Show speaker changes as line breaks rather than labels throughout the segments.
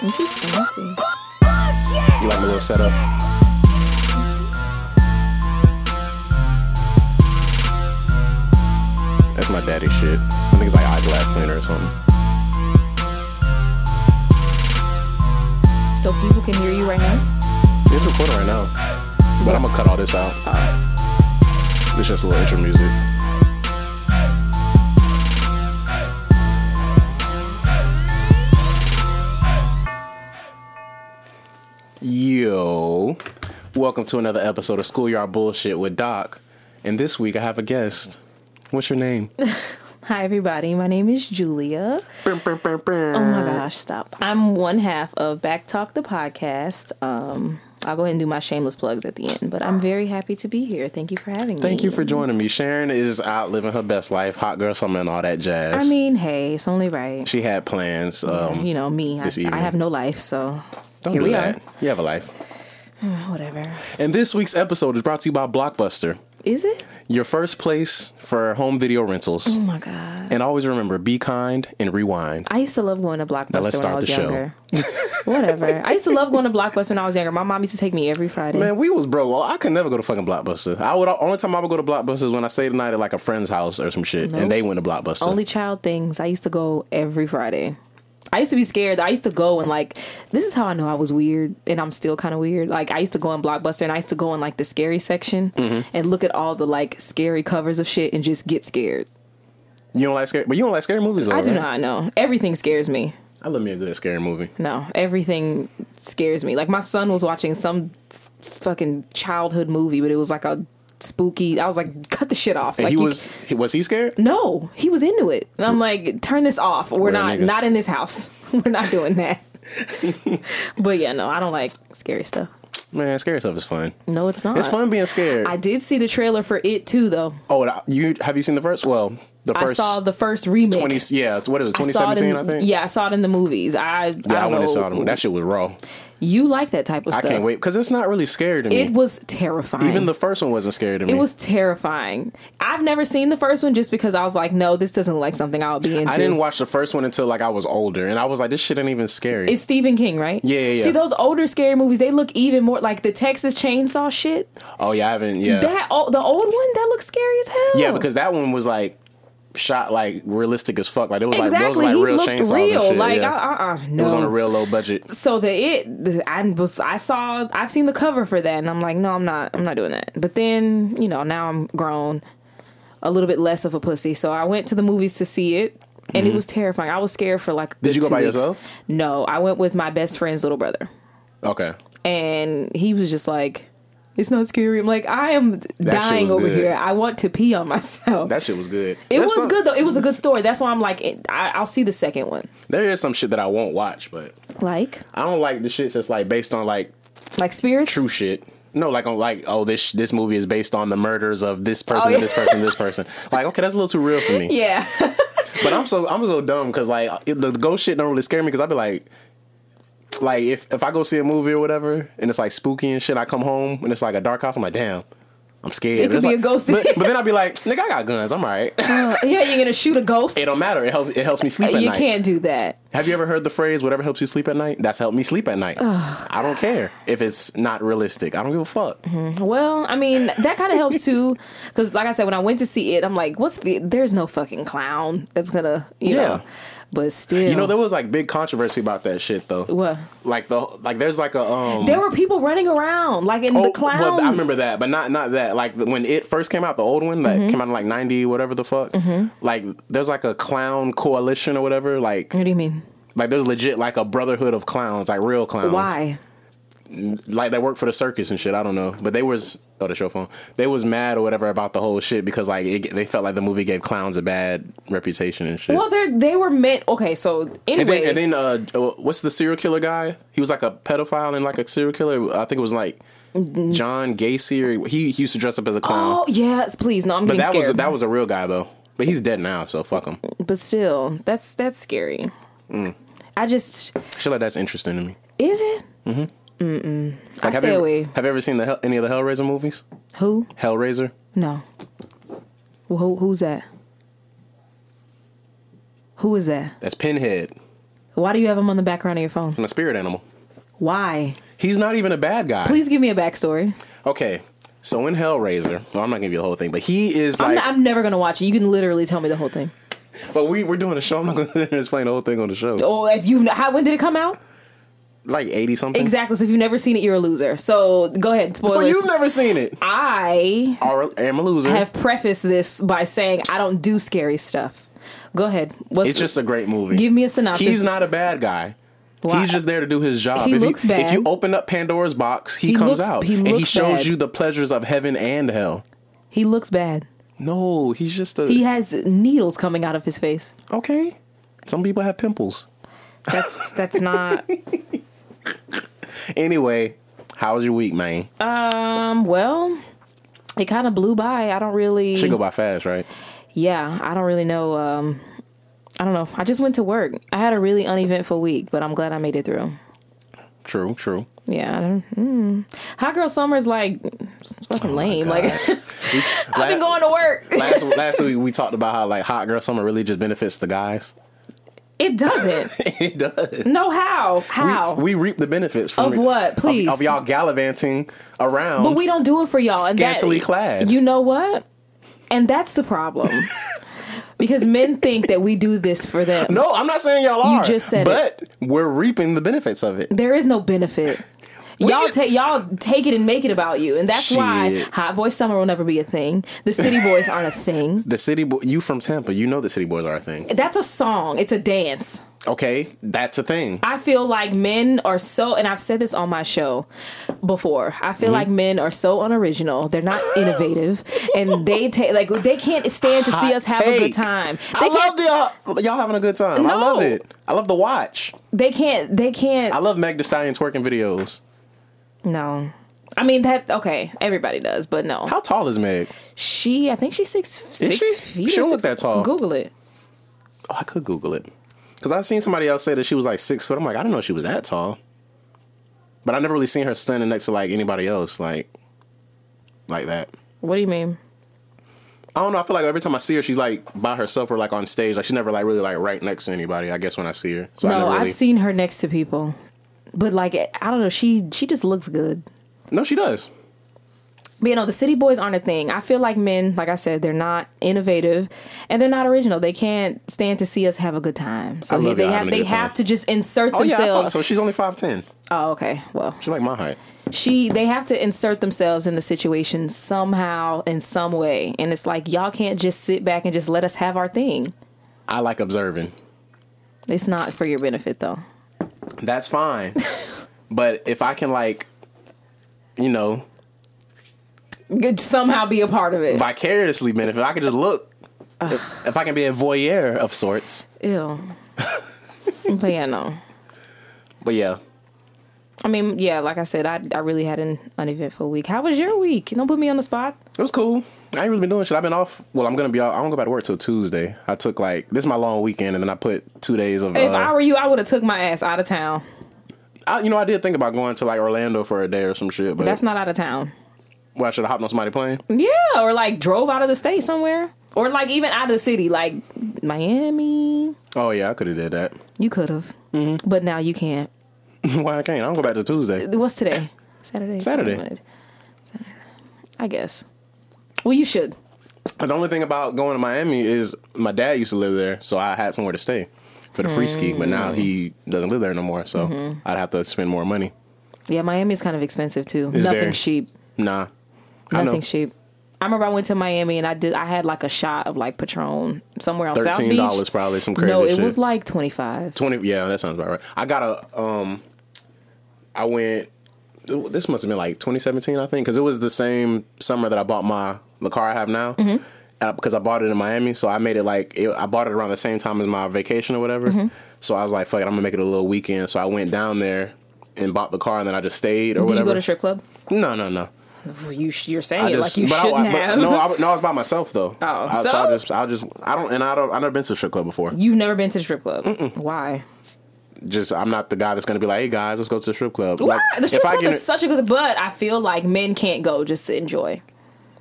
This is fancy.
You like my little setup? That's my daddy shit. I think it's like eyeglass cleaner or something.
So people can hear you right now?
It's recording right now. But I'm gonna cut all this out. It's just a little intro music. Yo. Welcome to another episode of Schoolyard Bullshit with Doc. And this week I have a guest. What's your name?
Hi, everybody. My name is Julia.
Brr-brr-brr-brr.
Oh my gosh, stop. I'm one half of Back Talk the podcast. Um, I'll go ahead and do my shameless plugs at the end, but I'm very happy to be here. Thank you for having me.
Thank you for joining me. Sharon is out living her best life, hot girl summer and all that jazz.
I mean, hey, it's only right.
she had plans. Um,
you know, me. I,
this evening.
I have no life, so
don't
here
do
we
that.
are. Mm,
You have a life.
Whatever.
And this week's episode is brought to you by Blockbuster,
Is it?
your first place for home video rentals.
Oh my God.
And always remember be kind and rewind.
I used to love going to Blockbuster
let's
when I
start
was
the show.
younger. Whatever. I used to love going to Blockbuster when I was younger. My mom used to take me every Friday.
Man, we was broke. Well, I could never go to fucking Blockbuster. I would only time I would go to Blockbuster is when I stayed the night at like a friend's house or some shit,
Nope.
and they went to Blockbuster.
Only child things. I used to go every Friday. I used to be scared. I used to go and like this is how I know I was weird and I'm still kind of weird. Like I used to go in Blockbuster and I used to go in like the scary section
Mm-hmm.
and look at all the like scary covers of shit and just get scared.
you don't like scary, but you don't like scary movies. Though,
I do
right?
not know. Everything scares me.
I love me a good scary movie.
No, everything scares me. Like my son was watching some fucking childhood movie, but it was like a spooky. I was like, cut the shit off.
And
like
he
you-
was he, was he scared?
No, he was into it. And I'm like, turn this off. We're,
We're
not
niggas.
not in this house. We're not doing that. but yeah, no, I don't like scary stuff.
Man, scary stuff is fun.
No, it's not.
It's fun being scared.
I did see the trailer for it too, though.
oh, and I- you have you seen the first? Well, the
I
first
saw the first remake.
twenty. Yeah, what is it?
I
Twenty
saw it in-
seventeen, I, think.
Yeah, I saw it in the movies. I,
Yeah, I,
I don't
went
know.
and saw them. That shit was raw.
You like that type of
I
stuff?
can't wait because it's not really scary to me.
It was terrifying.
Even the first one wasn't scary to me.
it was terrifying. I've never seen the first one just because I was like, no, this doesn't look like something I'll be into.
I didn't watch the first one until like I was older, and I was like, this shit ain't even scary.
It's Stephen King, right?
Yeah, yeah, yeah.
See those older scary movies, they look even more like the Texas Chainsaw shit.
oh yeah, I haven't. Yeah,
That oh, the old one that looks scary as hell.
yeah, because that one was like shot like realistic as fuck. Like it was like those
exactly,
were, like
he
real
looked
chainsaws
real.
and shit.
like
yeah.
uh, uh, no.
it was on a real low budget.
so the it the- I was I saw I've seen the cover for that and I'm like no I'm not I'm not doing that. But then you know now I'm grown, a little bit less of a pussy. So I went to the movies to see it. And it was terrifying. I was scared for like.
Mm-hmm. Did you go by
weeks.
yourself?
No, I went with my best friend's little brother.
Okay,
and he was just like it's not scary i'm like i am dying
was
over
good.
here i want to pee on myself
that shit was good.
it
There's
was
some-
good though it was a good story that's why i'm like it, I, i'll see the second one
There is some shit that I won't watch, but
like
I don't like the shit that's like based on like
like spirits
true shit. No, like on like oh this this movie is based on the murders of this person,
Oh, yeah.
this person, this person. Like okay, that's a little too real for me.
yeah
But I'm so I'm so dumb because like it, the ghost shit don't really scare me because I be like, like if if I go see a movie or whatever and it's like spooky and shit, I come home and it's like a dark house. I'm like, damn, I'm scared.
could
It's
be
like-
a ghost.
But, but then I'd be like, nigga, I got guns. I'm all right.
Uh, yeah you're gonna shoot a ghost
it don't matter. It helps. It helps me sleep at
you
night.
can't do that
Have you ever heard the phrase "whatever helps you sleep at night"? That's helped me sleep at night. I don't care if it's not realistic. I don't give a fuck.
well i mean that kind of helps too because like i said when i went to see it i'm like what's the there's no fucking clown that's gonna you
Yeah.
know but still
You know there was like big controversy about that shit though.
What?
Like the like there's like a um
there were people running around like in the clown
Well, Oh, I remember that, but not not that. Like when it first came out, the old one
Mm-hmm.
that came out in like ninety whatever the fuck. Like there's like a clown coalition or whatever. Like
what do you mean
like there's legit like a brotherhood of clowns, like real clowns.
why
Like they work for the circus and shit. I don't know, but they was oh the show phone. They was mad or whatever about the whole shit because like it, they felt like the movie gave clowns a bad reputation and shit.
Well, they they were meant. Okay, so
And
anyway,
then, and then uh, what's the serial killer guy? He was like a pedophile and like a serial killer. I think it was like John Gacy. Or he, he used to dress up as a clown.
oh yes, please. No, I'm
but
getting
that
scared.
was that was a real guy though. But he's dead now, so fuck him.
but still, that's that's scary.
Mm.
I just
Shit like that's interesting to me.
is it
Like, have
stay
you ever,
away.
Have you ever seen the Hell- any of the Hellraiser movies?
who?
Hellraiser.
No. Well, who who's that? Who is that?
That's Pinhead.
Why do you have him on the background of your phone?
I'm a spirit animal.
Why?
He's not even a bad guy.
Please give me a backstory.
Okay. So in Hellraiser, well, I'm not gonna give you the whole thing, but he is
I'm,
like,
not, I'm never gonna watch it. You can literally tell me the whole thing.
but we we're doing a show. I'm not gonna explain the whole thing on the show.
Oh, if you how when did it come out?
Like eighty something.
Exactly. So if you've never seen it, you're a loser. So go ahead,
So
spoilers.
you've never seen it.
I
I am a loser.
have prefaced this by saying I don't do scary stuff. Go ahead. What's
It's just a great movie.
Give me a synopsis.
He's not a bad guy.
Why?
He's just there to do his job.
He
if
looks
you,
bad.
If you open up Pandora's box, he,
He
comes
looks-
out
he
and he
looks
shows
bad.
you the pleasures of heaven and hell.
he looks bad.
No, he's just a
He has needles coming out of his face.
okay. Some people have pimples.
That's that's not.
Anyway, how was your week, man?
Um. Well, it kind of blew by. I don't really.
Should go by fast, right?
yeah, I don't really know. Um, I don't know. I just went to work. I had a really uneventful week, but I'm glad I made it through.
True, true.
Yeah. I don't, mm. Hot girl summer is like fucking lame. Like
Oh God. We-
I've been going to work.
last last week we talked about how like hot girl summer really just benefits the guys.
It doesn't.
it does.
No how how.
We reap the benefits from
Of what, please?
of, y'all gallivanting around.
but we don't do it for y'all. And that-
Scantily clad.
You know what? And that's the problem. because men think that we do this for them.
no, I'm not saying y'all are.
just said
but we're reaping the benefits of it.
There is no benefit.
We
Y'all
can-
take y'all take it and make it about you, and that's why
Shit.
Hot Boy Summer will never be a thing. The City Boys aren't a thing.
The city, bo- you from Tampa, you know the city boys are a thing.
That's a song. It's a dance.
Okay, that's a thing.
I feel like men are so, and I've said this on my show before. I
Mm-hmm.
feel like men are so unoriginal. They're not innovative, and they take like they can't stand to see
Hot
us have a good
take.
time. They
I
can't.
love the y'all, y'all having a good time. I
No.
love it. I love the watch.
They can't. They can't.
I love Meg Thee Stallion twerking videos.
no. I mean that. Okay, everybody does, but no.
How tall is Meg?
She, I think she's six six
she?
feet.
She
or
don't look
six-
that tall.
Google it.
Oh, I could Google it because I've seen somebody else say that she was like six foot. I'm like, I didn't know she was that tall. But I never really seen her standing next to like anybody else like like that.
What do you mean?
I don't know. I feel like every time I see her, she's like by herself or like on stage. Like she's never like really like right next to anybody. I guess when I see her, so I
No,
never really.
I've seen her next to people, but like I don't know, she she just looks good.
no, she does.
But you know, the city boys aren't a thing. I feel like men, like I said, they're not innovative and they're not original. They can't stand to see us have a good time. So
I love
they
y'all
have
having a
they
good time.
have to just insert
Oh yeah, I thought,
themselves.
so she's only five ten.
oh, okay. Well,
She's like my height.
she they have to insert themselves in the situation somehow in some way. And it's like y'all can't just sit back and just let us have our thing.
I like observing.
It's not for your benefit though.
That's fine. but if I can like, you know,
Could somehow be a part of it.
vicariously benefit, I can just look. If, if I can be a voyeur of sorts.
Ew. but yeah, no.
But yeah,
I mean, yeah, like I said, I, I really had an uneventful week. How was your week? Don't put me on the spot.
it was cool. I ain't really been doing shit. I've been off. Well, I'm gonna be. off. I don't go back to work till Tuesday. I took like this is my long weekend, and then I put two days of.
If
uh,
I were you, I would have took my ass out of town.
I, you know, I did think about going to like Orlando for a day or some shit, but
That's not out of town.
well, I should have hopped on somebody plane.
Yeah, or like drove out of the state somewhere, or like even out of the city, like Miami.
Oh yeah, I could have did that.
You could have, but now you can't.
Why I can't? I don't go back to Tuesday.
What's today? Saturday.
Saturday.
Saturday. I guess. Well, you should.
The only thing about going to Miami is my dad used to live there, so I had somewhere to stay for the free ski. But
Mm.
now he doesn't live there no more, so
Mm-hmm.
I'd have to spend more money.
Yeah, Miami's kind of expensive too.
It's
Nothing
very-
cheap.
Nah, I know.
Nothing cheap. I remember I went to Miami and I did. I had like a shot of like Patron somewhere on South Beach.
Thirteen dollars probably some crazy.
no, it
shit.
was like twenty five.
twenty. Yeah, that sounds about right. I got a um, I went. This must have been like 2017, I think, because it was the same summer that I bought my the car I have now.
Mm-hmm.
Because I bought it in Miami, so I made it like it, I bought it around the same time as my vacation or whatever.
Mm-hmm.
So I was like, "Fuck it, I'm gonna make it a little weekend." So I went down there and bought the car, and then I just stayed
Did
or
you
whatever.
go to strip club?
no, no, no.
You you're saying
I
it like you shouldn't
I,
have.
no, I, no, I was by myself though.
Oh,
I, so?
so?
I just, I just, I don't, and I don't, I've never been to a strip club before.
You've never been to the strip club. Why?
just I'm not the guy that's gonna be like, hey guys, let's go to the strip club.
Why?
Like,
the strip
if I
club
get
is such a good, but I feel like men can't go just to enjoy.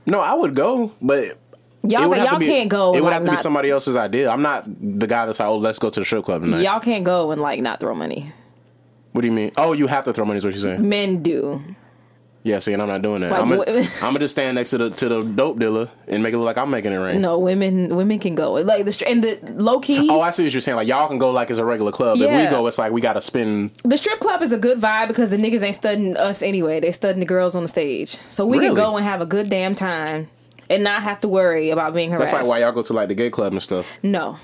no, I would go, but
Y'all,
would have
y'all
to be-
can't go.
It
and,
would
like,
have to be
not-
somebody else's idea. I'm not the guy that's like, oh, let's go to the strip club tonight.
Y'all can't go and like not throw money.
What do you mean? Oh, you have to throw money. Is what you're saying?
Men do.
Yeah. See, and I'm not doing that.
Like,
I'm gonna,
what-
I'm gonna just stand next to the to the dope dealer and make it look like I'm making it rain.
No, women women can go. Like the str- and the low key.
Oh, I see what you're saying. Like y'all can go like it's a regular club. If
Yeah.
we go, it's like we gotta spend.
the strip club is a good vibe because the niggas ain't studying us anyway. They studying the girls on the stage, so we
Really?
can go and have a good damn time and not have to worry about being harassed.
That's like why y'all go to like the gay club and stuff.
no,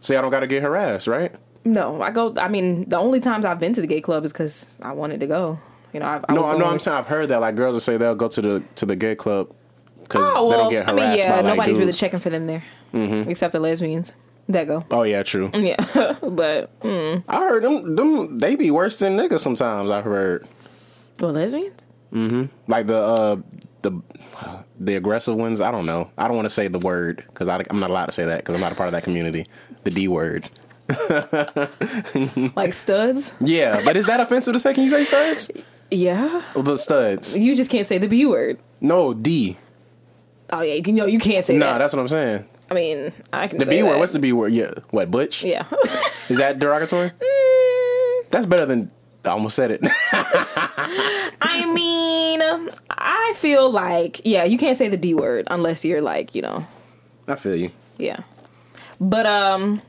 So y'all don't gotta get harassed, right?
no, I go. I mean, the only times I've been to the gay club is because I wanted to go. You know, I, I
No,
was
I
going
know. I'm
with-
saying I've heard that like girls will say they'll go to the to the gay club because
Oh
they
well,
don't get
I
harassed.
mean, yeah,
by, like,
nobody's really
dudes. Mm-hmm.
checking for them there, except the lesbians that go.
Oh yeah, true.
Yeah, but mm.
I heard them them they be worse than niggas sometimes. I've heard
well, lesbians.
like the uh the the aggressive ones. I don't know. I don't want to say the word because I'm not allowed to say that because I'm not a part of that community. The D word.
Like studs?
Yeah, but is that offensive to say? Can you say studs?
Yeah.
The studs.
You just can't say the B word.
No D.
Oh yeah, you can- no, you can't say
No,
that.
that's what I'm saying.
I mean, I can
The
say
B word.
that.
What's the B word? Yeah. What butch?
Yeah.
Is that derogatory?
Mm,
That's better than. I almost said it.
I mean, I feel like yeah, you can't say the D word unless you're like, you know,
I feel you.
yeah. But um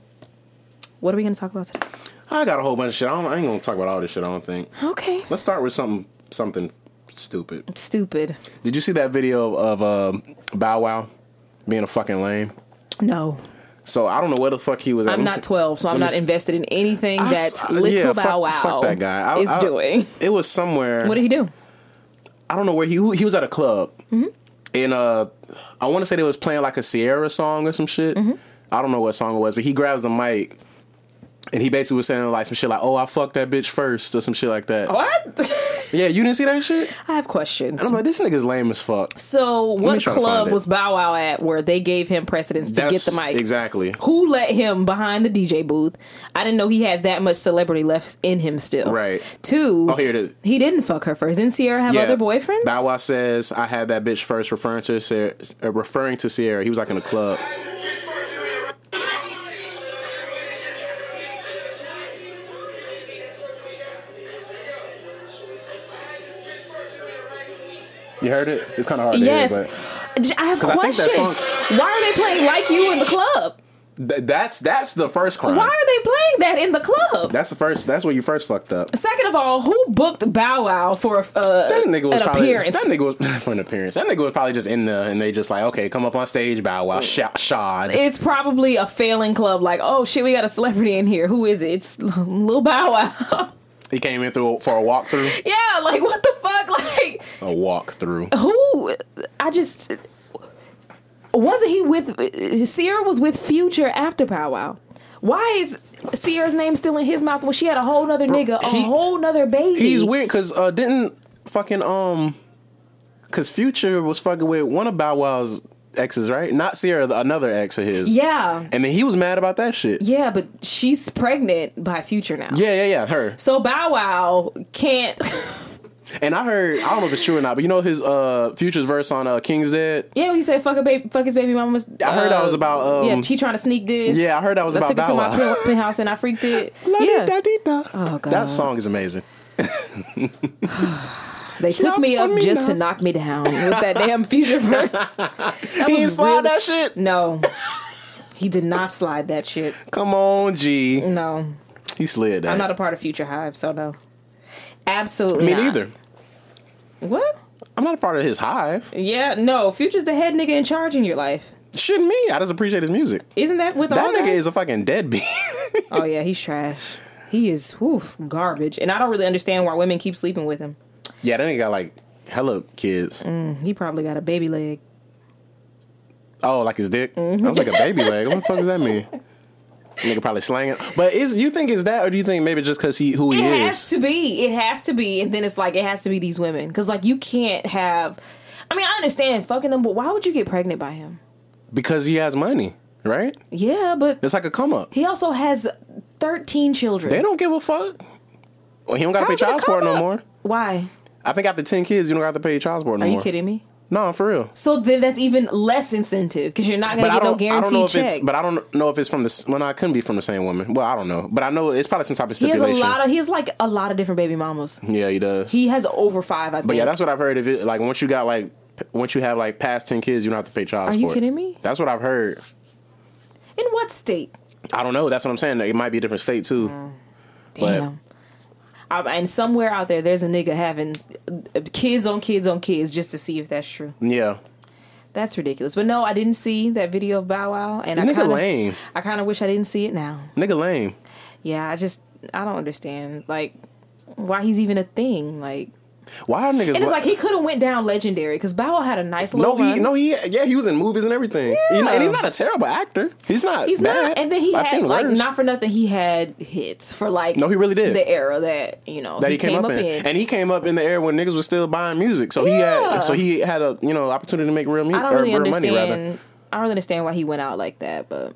what are we going to talk about today?
I got a whole bunch of shit. I, don't, I ain't gonna talk about all this shit. I don't think.
Okay.
Let's start with something something stupid.
Stupid.
Did you see that video of um, Bow Wow being a fucking lame?
No.
So I don't know where the fuck he was. At.
I'm
Let me
not
see-
12, so I'm
me
not
see.
invested in anything
I
that
s- uh,
Little
yeah,
Bow Wow
Fuck, fuck that guy. I-
is
I-
doing.
It was somewhere.
What did he do?
I don't know where he he was at a club,
Mm-hmm.
and uh, I want to say they was playing like a Sierra song or some shit.
Mm-hmm.
I don't know what song it was, but he grabs the mic, and he basically was saying like some shit like, "Oh, I fucked that bitch first or some shit like
Oh.
that.
What?
Yeah, you didn't see that shit.
I have questions.
I'm like, this nigga's lame as fuck.
So, what
try to find
club
it.
was Bow Wow at where they gave him precedence to get
That's-
the mic?
exactly.
Who let him behind the DJ booth? I didn't know he had that much celebrity left in him still.
Right.
Two.
Oh, here it is.
He didn't fuck her first. Didn't Sierra have
Yeah.
other boyfriends?
Bow Wow says, "I had that bitch first, referring to Sierra, uh, referring to Sierra. He was like in a club. You heard it? It's kind of hard
yes.
to hear,
J- I have
'Cause I think that
questions. Why are they playing like you in the club?
but th- that's that's the first crime.
Why are they playing that in the club?
That's the first. That's where you first fucked up.
Second of all, who booked Bow Wow for a, uh,
That nigga was
an
probably
appearance?
that nigga was for an appearance. That nigga was probably just in the and they just like okay, come up on stage, bow wow, shot, shod.
it's probably a failing club. Like, oh shit, we got a celebrity in here. Who is it? It's Lil Bow Wow.
He came in through for a walkthrough,
yeah, like what the fuck? Like,
a walkthrough.
who I just wasn't he with Sierra was with Future after Pow Wow. Why is Sierra's name still in his mouth when she had a whole nother nigga,
he-
a whole nother baby?
He's weird because uh, didn't fucking um, because Future was fucking with one of Bow Wow's exes, right? Not Sierra, the- another ex of his.
yeah.
And then he was mad about that shit.
Yeah, but she's pregnant by Future now.
Yeah, yeah, yeah, her.
So Bow Wow can't
And I heard, I don't know if it's true or not, but you know his uh Future's verse on uh, King's Dead.
Yeah, he said fuck a baby fuck his baby mama. uh,
I heard that was about, um,
Yeah, she trying to sneak this.
Yeah, I heard that was
I
about
took it to
Bow
my pen-
Wow.
penthouse and I freaked it. yeah.
La-di-da-di-da.
Oh, God.
That song is amazing.
They took
Knock
me up
on me
just to
now.
knock me down with that damn future verse.
He ain't
was
slide
really-
that shit.
No. He did not slide that shit.
Come on, G.
No.
He slid that.
I'm not a part of Future Hive, so no. Absolutely.
Me
not.
neither.
What?
I'm not a part of his hive.
Yeah, no. Future's the head nigga in charge in your life.
Shouldn't me. I just appreciate his music.
Isn't that with
That
all
nigga
guys?
is a fucking deadbeat.
Oh yeah, he's trash. He is woof garbage. And I don't really understand why women keep sleeping with him.
yeah, that nigga got like hella kids.
He probably got a baby leg.
Oh, like his dick.
Mm-hmm.
I was like a baby leg. What the fuck does that mean? Nigga probably slanging. But is you think is that, or do you think maybe just because he who he
It
is?
has to be. It has to be. And then it's like it has to be these women because like you can't have. I mean, I understand fucking them, but why would you get pregnant by him?
Because he has money, right?
Yeah, but
It's like a come up.
he also has thirteen children.
They don't give a fuck. Well, he don't got to
How
pay
is it a
child support
come
no
up?
more.
Why?
I think after ten kids, you don't have to pay child support no
Are
more.
you kidding me?
No, for real.
So then that's even less incentive because you're not going
But
to
I
get
don't.
no
I
guaranteed
don't know if
check.
it's. But I don't know if it's from this. Well, no, it couldn't be from the same woman. Well, I don't know. But I know it's probably some type of
he has a
stipulation.
lot of. He has like a lot of different baby mamas.
yeah, he does.
He has over five. I think.
but yeah, that's what I've heard. If it like once you got like p- once you have like past ten kids, you don't have to pay child
Are you
support.
kidding me?
That's what I've heard.
in what state?
I don't know. That's what I'm saying. It might be a different state too.
Mm-hmm.
But-
Damn. Um, and somewhere out there, there's a nigga having uh, kids on kids on kids just to see if that's true.
Yeah.
That's ridiculous. But no, I didn't see that video of Bow Wow, and I
nigga
kind
lame.
of, I kind of wish I didn't see it now.
Nigga lame.
Yeah, I just, I don't understand like why he's even a thing. Like,
Why are niggas?
and it's
li-
like he could have went down legendary because Bow Wow had a nice little
no, he
run.
no he yeah he was in movies and everything. He-
Yeah.
and he's not a terrible actor. He's not.
He's
bad.
not, and then he
I've
had
seen
like
worse.
not for nothing. He had hits for like
No, he really did.
the era that you know
that he, came, up in. and he came up in the era when niggas was still buying music. So he
Yeah.
had so he had a you know opportunity to make real music
I don't
or
really
real
understand.
money rather.
I don't really understand why he went out like that, but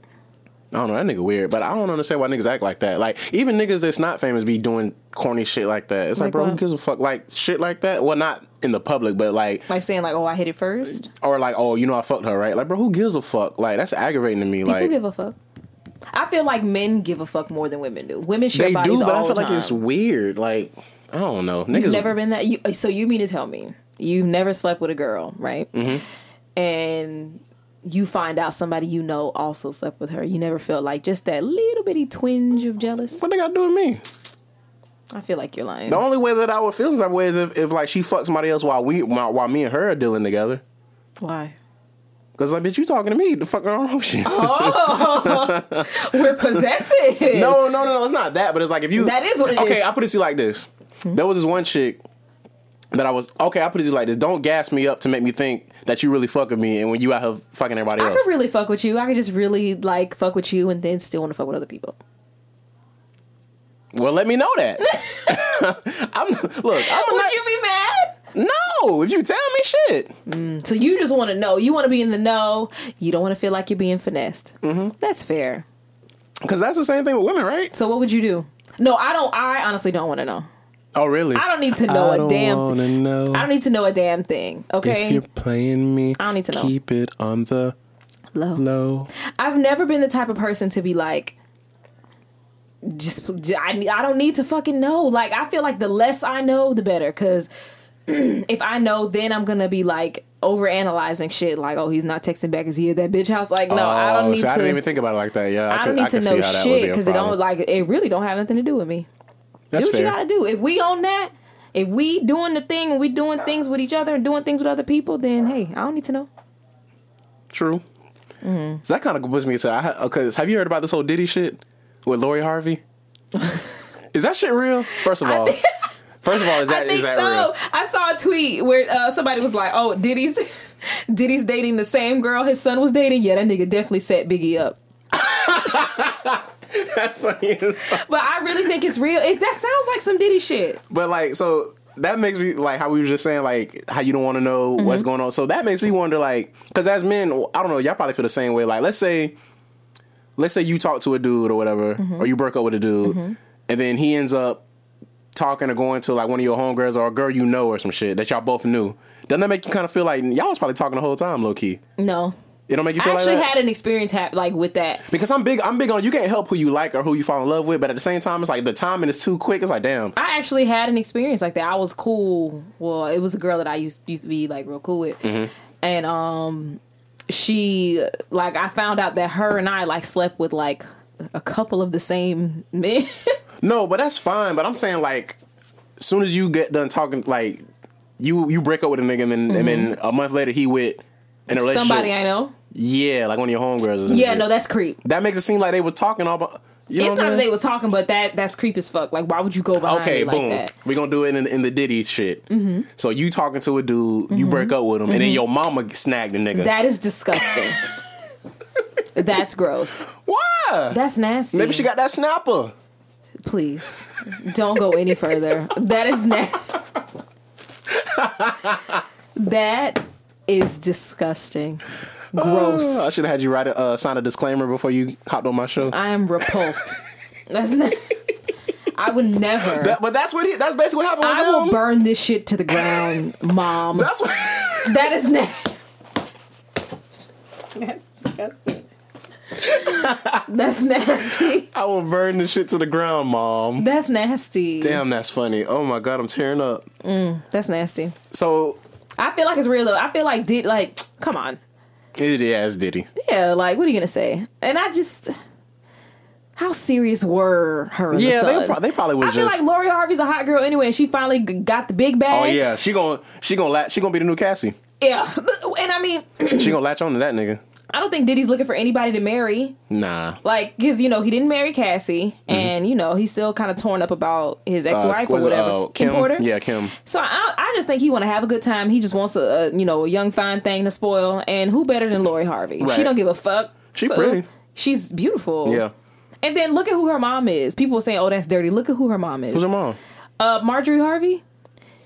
I don't know that nigga weird, but I don't understand why niggas act like that. Like even niggas that's not famous be doing corny shit like that. It's like,
Like
bro, who
what?
gives a fuck? Like shit like that. Well, not in the public, but like
like saying like, "Oh, I hit it first.
or like oh you know I fucked her right. Like bro, who gives a fuck? Like that's aggravating to me.
People
like
give a fuck. I feel like men give a fuck more than women do. Women share
they
bodies
do, but I
all
feel
the
like
time.
it's weird. Like I don't know, niggas.
You've never been that. You, so you mean to tell me you've never slept with a girl, right?
Mm-hmm.
And you find out somebody you know also slept with her. You never felt like just that little bitty twinge of jealous.
what they got to do with me?
I feel like you're lying.
The only way that I would feel some way is if, if like she fucked somebody else while we while, while me and her are dealing together.
Why?
Cause like, bitch, you talking to me? The fuck around with you?
Oh, We're possessive.
No, no, no, no. It's not that. But it's like if you
That is what it
okay,
is.
I put it to you like this. There was this one chick that I was okay. I put it to you like this. Don't gas me up to make me think that you really fuck with me, and when you out here fucking everybody
I
else.
could really fuck with you. I could just really like fuck with you and then still want to fuck with other people.
well, let me know that. I'm look. I'm
Would
not,
you be mad?
no. If you tell me shit,
So you just want to know. You want to be in the know. You don't want to feel like you're being finessed. That's fair.
because that's the same thing with women, right?
So what would you do? No, I don't. I honestly don't want to know.
Oh, really?
I don't need to know a damn.
know.
I don't need to know a damn thing. Okay,
playing me,
I don't need to know.
it on the
Low.
low.
I've never been the type of person to be like. Just I, need- I don't need to fucking know. Like I feel like the less I know, the better. Cause if I know, then I'm gonna be like overanalyzing shit. Like, oh, he's not texting back. Is he at that bitch house? Like, no, I
Oh,
don't need
see,
to.
I didn't even think about it like that. Yeah,
I don't
could-
need to
could
know
see how that would be
shit
a
because it don't
problem.
like it really don't have nothing to do with me.
That's
do what
fair.
you gotta do. If we on that, if we doing the thing and we doing things with each other and doing things with other people, then hey, I don't need to know.
True.
Mm-hmm.
So that kind of puts me to I because have you heard about this whole Diddy shit with Lori Harvey? is that shit real? First of all, first of all, is
I
that is
think
that
so.
real?
I saw a tweet where uh, somebody was like, "Oh, Diddy's Diddy's dating the same girl his son was dating." Yeah, that nigga definitely set Biggie up.
That's funny. as fuck.
But I really think it's real. It's, that sounds like some Diddy shit.
but like, so that makes me like how we were just saying like how you don't want to know
Mm-hmm.
what's going on. So that makes me wonder like because as men, I don't know, y'all probably feel the same way. Like, let's say, let's say you talk to a dude or whatever,
Mm-hmm.
or you broke up with a dude, and then he ends up talking or going to like one of your homegirls or a girl you know or some shit that y'all both knew, doesn't that make you kind of feel like y'all was probably talking the whole time, low key?
No,
It don't make you
I
feel like
actually
that?
had an experience hap- like with that.
because I'm big. I'm big on you can't help who you like or who you fall in love with, but at the same time, it's like the timing is too quick. It's like damn.
I actually had an experience like that. I was cool. Well, it was a girl that I used used to be like real cool with,
Mm-hmm.
and um, she like I found out that her and I like slept with like a couple of the same men.
No, but that's fine. But I'm saying like, soon as you get done talking, like you you break up with a nigga and then, and then a month later he with in a relationship.
Mm-hmm. Somebody I know.
Yeah, like one of your homegirls. or some
Yeah,
shit.
no, that's creep.
that makes it seem like they were talking all. About, you know
it's
what
not
I'm
that they
saying?
was talking, but that that's creep as fuck. Like, why would you go behind
Okay,
me like Mm-hmm.
boom.
that?
We're gonna do it in, in the Diddy shit. So you talking to a dude, you break up with him, and then your mama snagged the nigga.
Mm-hmm. That is disgusting. that's gross.
Why?
That's nasty.
Maybe she got that snapper.
Please don't go any further. That is na- That is disgusting. Gross.
I should have had you write a uh, sign a disclaimer before you hopped on my show.
I am repulsed. That's not. I would never.
That- but that's what he, that's basically what happened with
I will
them.
burn this shit to the ground, mom.
that's what.
That is na- That's disgusting. That's nasty.
I will burn this shit to the ground, mom.
That's nasty.
Damn, that's funny. Oh my god, I'm tearing up.
That's nasty.
So
I feel like it's real though. I feel like did like come on.
it is Diddy.
Yeah, like what are you gonna say? And I just how serious were her? and the
Yeah, they,
son?
pro- they probably was
I feel
just.
like Lori Harvey's a hot girl anyway, and she finally g- got the big bag.
oh yeah, she gonna she gonna la- she gonna be the new Cassie.
yeah. And I mean,
she gonna latch on to that nigga.
I don't think Diddy's looking for anybody to marry.
Nah.
Like, because, you know, he didn't marry Cassie, and, you know, he's still kind of torn up about his ex
Mm-hmm. Uh,
wife or
was it,
whatever.
uh,
Kim, Porter?
Yeah, Kim.
So I, I just think he want to have a good time. He just wants a, a, you know, a young, fine thing to spoil. And who better than Lori Harvey?
Right.
She don't give a fuck.
She pretty.
She's beautiful.
Yeah.
And then look at who her mom is. People were saying, oh, that's dirty. Look at who her mom is.
Who's her mom?
uh, Marjorie Harvey.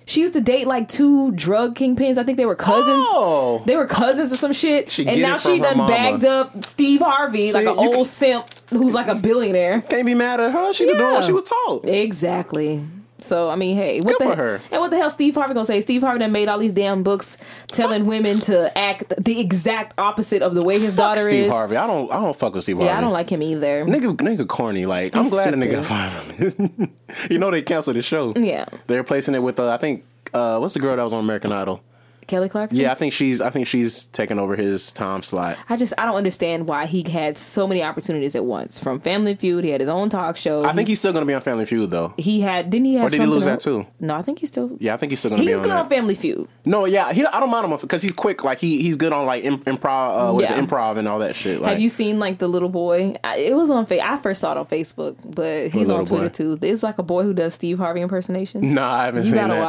She used to date like two drug kingpins. I think they were cousins.
Oh.
They were cousins or some shit.
She
and
get
now
it from
she
her
done
mama.
bagged up Steve Harvey, like
See,
an
you
old
can-
simp who's like a billionaire.
Can't be mad at her. She the doing
Yeah.
what she was taught.
Exactly. So I mean, hey, what
Good
the
for
he-
her.
And what the hell, Steve Harvey gonna say? Steve Harvey done made all these damn books telling women to act the exact opposite of the way his
Fuck
daughter
Steve
is.
Harvey. I don't I don't fuck with Steve Harvey.
Yeah, I don't like him either.
Nigga, nigga, corny. Like I'm
He's
glad a nigga
stupid.
fired him. you know they canceled the show.
Yeah.
they're replacing it with uh, I think uh, what's the girl that was on American Idol?
Kelly Clarkson.
Yeah, I think she's I think she's taking over his time slot.
I just I don't understand why he had so many opportunities at once. From Family Feud, he had his own talk show.
I think he's still gonna be on Family Feud though.
he had didn't he have
Or did he lose
something
that too?
else? No, I think he's still
Yeah, I think he's still gonna be
he's
on
good
that.
on Family Feud.
no, yeah, he, I don't mind him because he's quick. Like he he's good on like imp- improv, uh, what is
Yeah.
it, improv and all that shit. Like
Have you seen like the little boy? I, it was on Fa- I first saw it on Facebook, but he's
little
on Twitter
boy?
too. It's like a boy who does Steve Harvey impersonations.
Nah, I haven't
You
seen
gotta
that.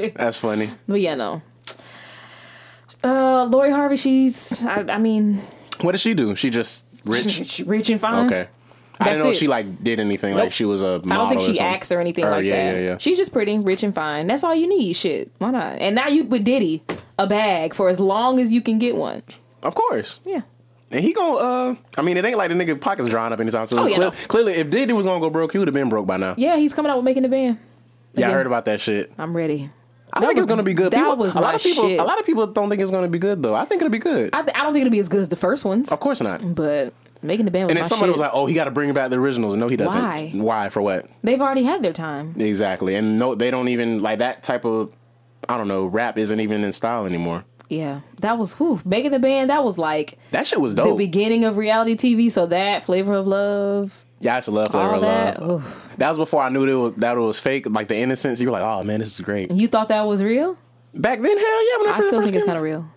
watch.
That's funny.
but yeah, no. Uh, Lori Harvey, she's I, I mean
What does she do? She just rich.
rich, rich and fine.
Okay. I
That's
didn't know
it.
she like did anything.
Nope.
Like she was a model.
I don't think
or
she
something.
acts or anything
Or,
like
yeah,
that.
Yeah, yeah,
She's just pretty, rich, and fine. That's all you need. Shit, why not? And now you with Diddy a bag for as long as you can get one.
Of course.
Yeah,
And he gon' uh, I mean, it ain't like the nigga pockets drying up anytime soon.
Oh, yeah,
Cle-
no.
Clearly, if Diddy was gonna go broke, he would have been broke by now. Yeah,
yeah. He's coming out with making the band.
I
yeah.
heard about that shit.
I'm ready.
I
That
think
was-
it's gonna be good.
that
people,
was
a lot
my
of people.
shit.
A lot of people don't think it's gonna be good though. I think it'll be good.
I, th- I don't think it'll be as good as the first ones,
of course not.
but making the band was
Oh. And
my
then somebody
shit.
was like, "Oh, he got to bring back the originals." No, he doesn't.
Why?
Why for what?
They've already had their time.
Exactly. And no, they don't even like that type of. I don't know. Rap isn't even in style anymore.
Yeah, that was whew, making the band. That was like
That shit was
the
dope.
beginning of reality TV. So that Flavor of Love,
yeah, I used to love Flavor
all
of Love.
that. Ooh.
That was before I knew that it was, that it was fake. Like the innocence, you were like, "Oh man, this is great."
You thought that was real?
Back then, hell yeah. When I,
I still think it's
came-
kind of real.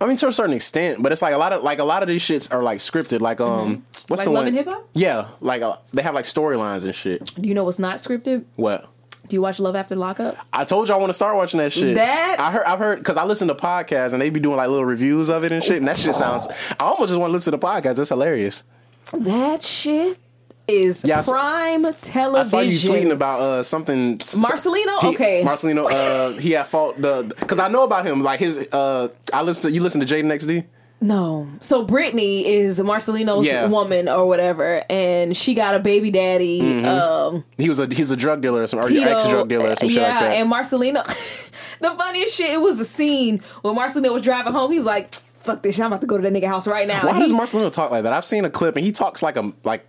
I mean, to a certain extent, but it's like a lot of like a lot of these shits are like scripted. Like um, what's
Mm-hmm. Like
the
Love
one?
and Hip Hop?
Yeah, like uh, they have like storylines and shit.
Do you know what's not scripted?
What?
Do you watch Love After Lockup?
I told you I want to start watching that shit.
That's-
I heard. I've heard because I listen to podcasts and they be doing like little reviews of it and shit. And that shit sounds. I almost just want to listen to the podcast. That's hilarious.
That shit is
Yeah, I s-
prime television.
I saw you tweeting about uh something.
Marcelino?
He-
Okay.
Marcelino. Uh, he at fault. The because I know about him. Like his. Uh, I listen. To, you listen to Jaden XD.
no, so Brittany is Marcelino's
Yeah.
woman or whatever, and she got a baby daddy. Um,
He was a he's a drug dealer or some or
Tito,
Mm-hmm. ex drug dealer or some
yeah,
shit like that.
and Marcelino. the funniest shit, it was a scene when Marcelino was driving home. He's like, "Fuck this, shit, I'm about to go to that nigga house right now."
Why
And
does
he-
Marcelino talk like that? I've seen a clip and he talks like a like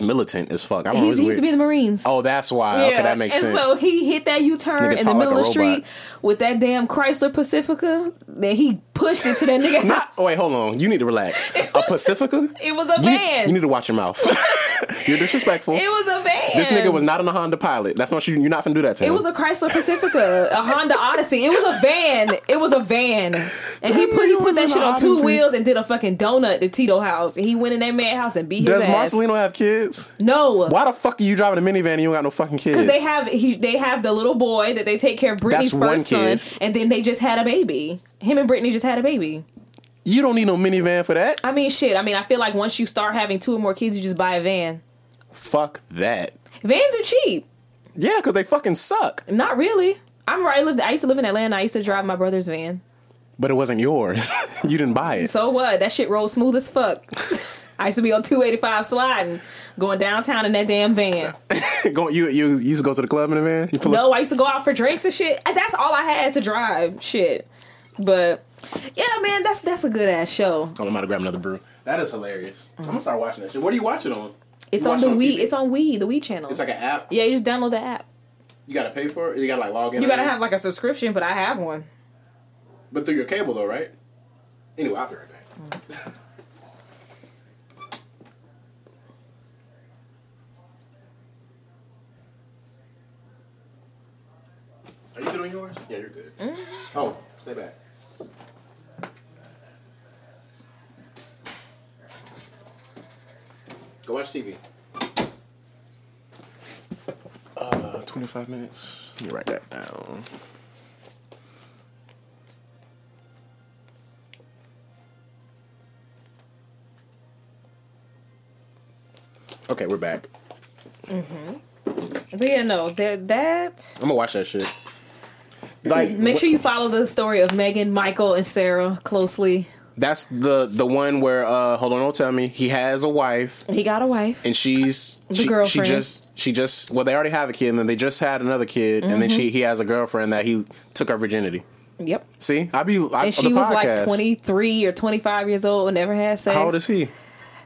militant as fuck. I don't know.
he's,
it's
he used to be
weird.
in the Marines.
oh, that's why. Okay, that makes
and
sense.
so he hit that U turn
Nigga
in the
talk like
middle
a
of the street
robot.
with that damn Chrysler Pacifica. Then he pushed it to that nigga. house.
Not, oh, wait, hold on. You need to relax. A Pacifica?
It was a
You need-
van.
you need to watch your mouth. You're disrespectful.
It was a van.
this nigga was not in a Honda Pilot. That's not you. You're not gonna do that to
It
him.
was a Chrysler Pacifica, a Honda Odyssey. It was a van. It was a van, and he put he
nigga
put
was
that
in
shit
an
on two
Odyssey.
But yeah, man, that's that's a good ass show.
Oh, I'm about to grab another brew. That is hilarious. I'm gonna start watching that shit. What do you watch it on?
It's
You
on
watch
the
it on
Wii.
TV?
It's on Wii, the Wii channel.
It's like an app.
yeah, you just download the app.
You gotta pay for it. You gotta like log in.
You gotta
or-
have like a subscription, but I have one.
but through your cable though, right? Anyway, I'll be right back.
Mm.
Are you doing yours? Yeah, you're good.
Mm-hmm.
Oh, stay back. Go watch TV. Uh, 25 minutes. Let me write that down. Okay, we're back.
But yeah, no, that that.
I'm gonna watch that shit. Like,
Mm-hmm. Make
wh-
sure you follow the story of Megan, Michael, and Sarah closely.
that's the the one where uh hold on, don't tell me he has a wife
He got a wife.
and she's she, she
girlfriend.
just she just well they already have a kid and then they just had another kid and then she
Mm-hmm.
he has a girlfriend that he took her virginity.
Yep.
See, I be I,
And she
the
was like
podcast.
23 or 25 years old and never had sex.
How old is he?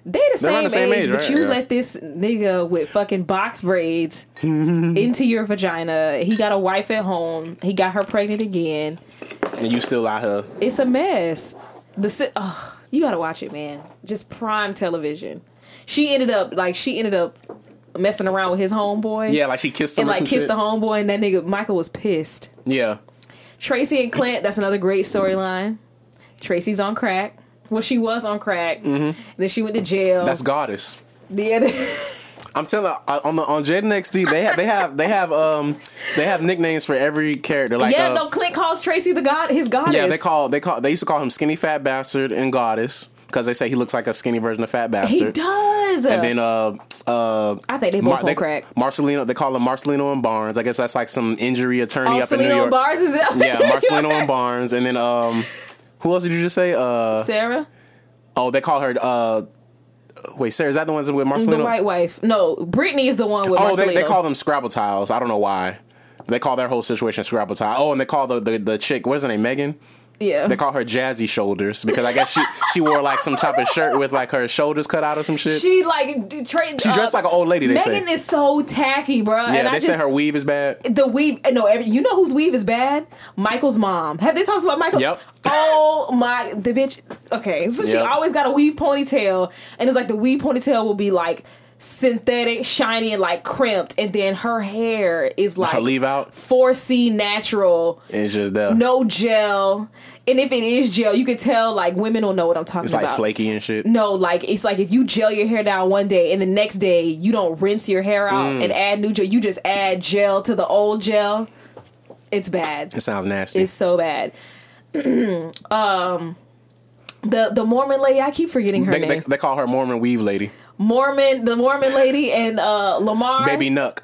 they the
They're
same,
around the same
age,
age,
but
right?
you
Yeah.
let this nigga with fucking box braids into your vagina. He got a wife at home. He got her pregnant again.
And you still out her?
It's a mess. The si- ugh, you gotta watch it, man. Just prime television. She ended up like she ended up messing around with his homeboy.
Yeah, like she kissed him
and
or
like
some
kissed
shit.
the homeboy, and that nigga Michael was pissed.
Yeah,
Tracy and Clint, that's another great storyline. Tracy's on crack. Well, she was on crack. Then she went to jail.
Mm-hmm. that's goddess.
the other.
I'm telling I- on the on JNXT they have they have they have um they have nicknames for every character like
yeah,
uh,
no. Clint calls Tracy the god, his goddess.
Yeah, they call they call they used to call him skinny fat bastard and goddess because they say he looks like a skinny version of fat bastard.
He does.
And then uh uh
I think they both
Mar-
on
they,
crack.
Marcelino they call him Marcelino and Barnes. I guess that's like some injury attorney up in New
Marcelino
York.
and Bars is up. in
yeah,
New
Marcelino
York.
and Barnes, and then um who else did you just say? Uh
Sarah,
oh, they call her uh wait Sarah is that the ones with Marcelino?
the white wife. No, Brittany is the one with
oh,
Marcelino.
they, they call them Scrabble tiles. I don't know why. They call their whole situation Scrabble tile. Oh, and they call the the, the chick what's her name Megan.
yeah.
They call her Jazzy Shoulders because I guess she she wore like some type of shirt with like her shoulders cut out or some shit.
she like d- tra- uh,
She dressed like an old lady. They say.
Megan is so tacky, bro.
yeah,
and
they
I
said
just
her weave is bad.
the weave. No, every, you know whose weave is bad? Michael's mom. Have they talked about Michael?
Yep.
Oh my, the bitch. Okay, so she
Yep.
always got a weave ponytail, and it's like the weave ponytail will be like synthetic, shiny, and like crimped, and then her hair is
Her
like
leave out
4C natural,
is just uh, there.
no gel, and if it is gel, you could tell like women don't know what I'm talking
it's
about.
like flaky and shit.
No, like it's like if you gel your hair down one day and the next day you don't rinse your hair out and add new gel, you just add gel to the old gel. It's bad.
It sounds nasty.
It's so bad. um the the Mormon lady, I keep forgetting her
they,
name.
they, they call her Mormon Weave Lady,
Mormon, the Mormon lady and uh Lamar.
Baby Nuck.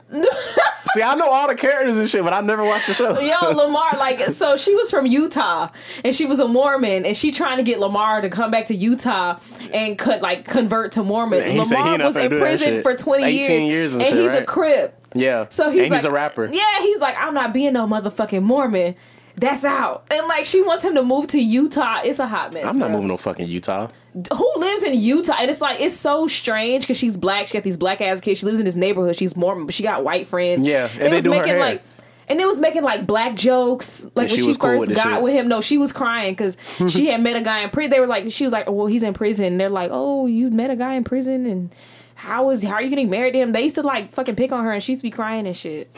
See, I know all the characters and shit, but I never watched the show.
Yo, Lamar, like, so she was from Utah and she was a Mormon and she trying to get Lamar to come back to Utah and could like convert to Mormon.
And he said he
Lamar
not
was
finna
in
do that
prison
shit.
for 20
18 years and
and
shit,
he's a
right?
crip.
yeah.
So he's
and
like,
he's a rapper.
Yeah, he's like, I'm not being no motherfucking Mormon. That's out. And like, she wants him to move to Utah. It's a hot mess.
I'm not
bro.
moving no fucking Utah.
Who lives in Utah? And it's like, it's so strange because she's black. She got these black ass kids. She lives in this neighborhood. She's Mormon, but she got white friends.
Yeah, and they
was
do her
making
hair.
like. And it was making like black jokes, like
And
when
she
she,
was cool
first
with the
got
shit.
with him. No, she was crying because she had met a guy in prison. They were like, she was like, "Oh, "Well, he's in prison." And they're like, "Oh, you met a guy in prison, and how is how are you getting married to him?" They used to like fucking pick on her, and she used to be crying and shit.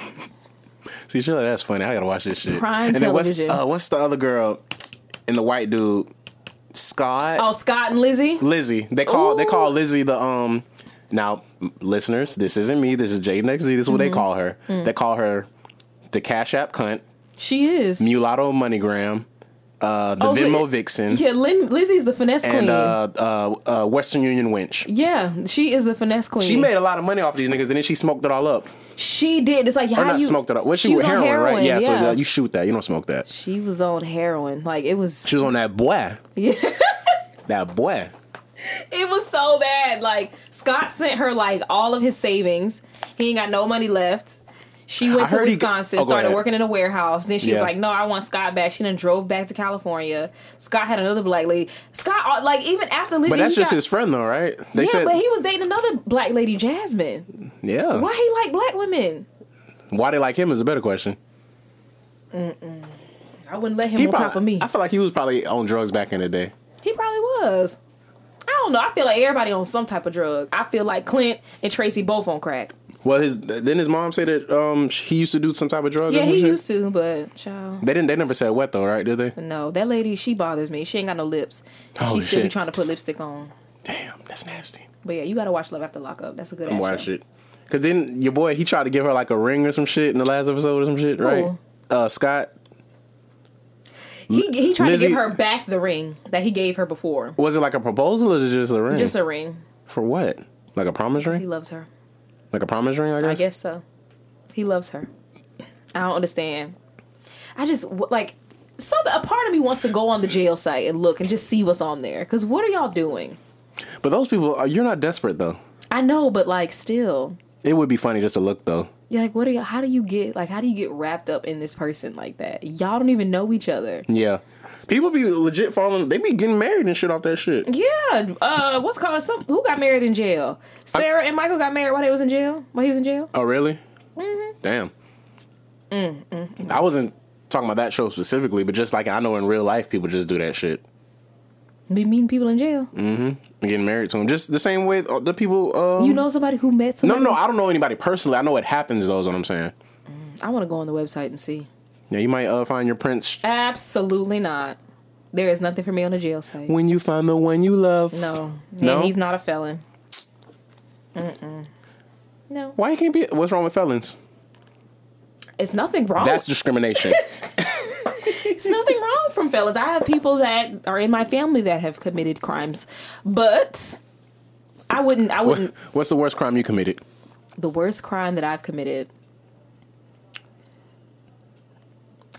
See, shit, that's funny. I gotta watch this shit.
Prime
and then what's
television.
uh, what's the other girl and the white dude? Scott.
Oh, Scott and Lizzie.
Lizzie. They call they
Ooh.
call Lizzie the um. Now, m- listeners, this isn't me. This is Jade Next Z. This is what they
Mm-hmm.
call her.
Mm.
They call her the Cash App cunt,
She is.
mulatto moneygram, uh, the
Oh,
Venmo
Li-
vixen,
Yeah, Lin- Lizzie's the finesse queen.
and uh, uh, uh, Western Union wench.
yeah, she is the finesse queen.
She made a lot of money off these niggas, and then she smoked it all up.
She did. It's like
Or
how
not
you
smoked it up. What she,
was on
heroin, right?
heroin,
Yeah, So
yeah.
that- you shoot that. You don't smoke that.
She was on heroin. Like it was.
She was on that boy.
Yeah.
That boy.
It was so bad. Like Scott sent her like all of his savings. He ain't got no money left. She went
I
to
heard he-
Wisconsin,
oh, go
started
ahead.
working in a warehouse. Then she
Yeah.
was like, "No, I want Scott back." She then drove back to California. Scott had another black lady. Scott, uh, like even after Lizzie,
But that's
he
just
got-
his friend, though, right? They
Yeah,
said,
but he was dating another black lady, Jasmine.
yeah.
Why he like black women?
Why they like him is a better question.
I wouldn't let him
He
on
probably,
top of me.
I feel like he was probably on drugs back in the day.
He probably was. I don't know. I feel like everybody on some type of drug. I feel like Clint and Tracy both on crack.
Well, his then his mom said that um sh- he used to do some type of drugs.
Yeah,
or some
he
shit?
used to, but child.
They didn't. They never said what though, right? Did they?
No, that lady, she bothers me. She ain't got no lips. And
Holy
she still be
shit.
trying to put lipstick on.
Damn, that's nasty.
But yeah, you gotta watch Love After Lockup. That's a good ass
Watch
show.
it. Cause then your boy he tried to give her like a ring or some shit in the last episode or some shit, right?
Who?
Uh, Scott
He he tried
Lizzie-
to give her back the ring that he gave her before.
was it like a proposal or just a ring?
Just a ring.
for what? Like a promise
He
ring?
loves her.
Like a promise ring? I guess.
I guess so. He loves her. I don't understand. I just w- like some a part of me wants to go on the jail site and look and just see what's on there. Cause what are y'all doing?
But those people, uh, you're not desperate though.
I know, but like still,
It would be funny just to look though.
you're like, what are y'all? How do you get like? How do you get wrapped up in this person like that? Y'all don't even know each other.
Yeah. People be legit falling. They be getting married and shit off that shit.
Yeah. Uh, what's called some? Who got married in jail? Sarah and Michael got married while they was in jail. While he was in jail.
Oh, really?
Mm-hmm.
Damn.
Mm,
I wasn't talking about that show specifically, but just like I know in real life, people just do that shit.
Be meeting people in jail.
Mm-hmm. Getting married to them. Just the same way uh, the people. Um,
You know somebody who met
No,
somebody.
no, I don't know anybody personally. I know it happens, though, is what I'm saying.
I want to go on the website and see.
Yeah, you might uh, find your prince
Absolutely not. There is nothing for me on the jail site.
when you find the one you love.
No,
No?
no, he's not a felon. Mm-mm. No,
Why you can't be. What's wrong with felons?
it's nothing wrong.
That's discrimination.
it's nothing wrong from felons. I have people that are in my family that have committed crimes, but I wouldn't. I
what,
wouldn't.
what's the worst crime you committed?
The worst crime that I've committed.